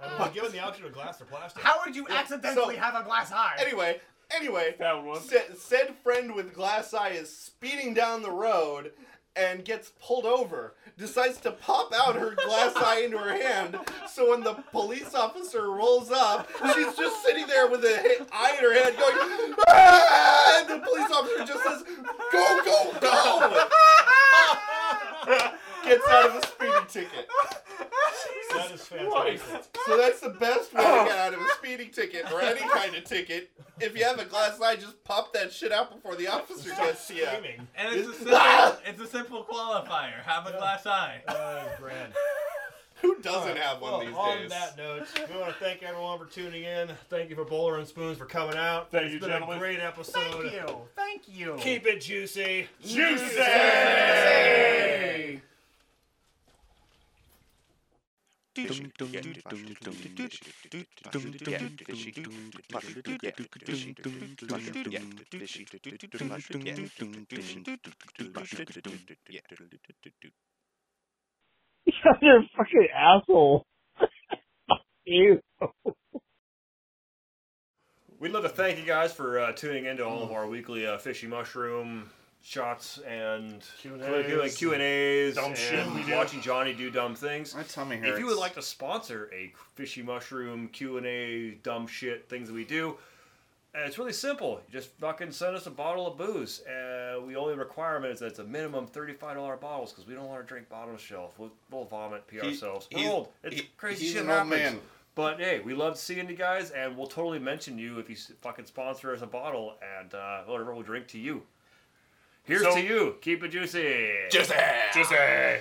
uh,
I mean, given the option of glass or plastic.
How would you accidentally
so-
have a glass eye?
anyway, anyway,
Found one.
sa- said friend with glass eye is speeding down the road and gets pulled over. Decides to pop out her glass eye into her hand. So when the police officer rolls up, she's just sitting there with an eye in her hand, going. "Ah!" And the police officer just says, "Go, go, go!" Gets out of a speeding ticket.
That is fantastic.
So that's the best way to get out of a speeding ticket or any kind of ticket. If you have a glass eye, just pop that shit out before the officer gets to you. Ah!
Screaming.
And it's a simple, it's a simple qualifier. Have a glass eye.
Uh, grand.
Who doesn't have
Well,
one these
on
days?
that note, we want to thank everyone for tuning in. Thank you for Bowler and Spoons for coming out.
Thank
It's
you,
been
gentlemen.
a great episode.
Thank you. Thank you.
Keep it juicy.
Juicy!
You're a fucking asshole. you.
We'd love to thank you guys for uh, tuning into all of our weekly uh, fishy mushroom shots and
Q&As.
Q and A's,
Dumb
and
shit we do.
watching Johnny do dumb things.
My tummy hurts.
If you would like to sponsor a fishy mushroom Q and A dumb shit things that we do, uh, it's really simple. You just fucking send us a bottle of booze. Uh, we only requirement is that it's a minimum thirty-five dollar bottles because we don't want to drink bottom shelf. We'll, we'll vomit, pee ourselves. We're
he's-
old. It's
he-
crazy
he's
shit
an old
happens.
man.
But hey, we love seeing you guys, and we'll totally mention you if you s- fucking sponsor us a bottle, and uh, whatever we'll drink to you. Here's
So-
to you. Keep it juicy.
Juicy!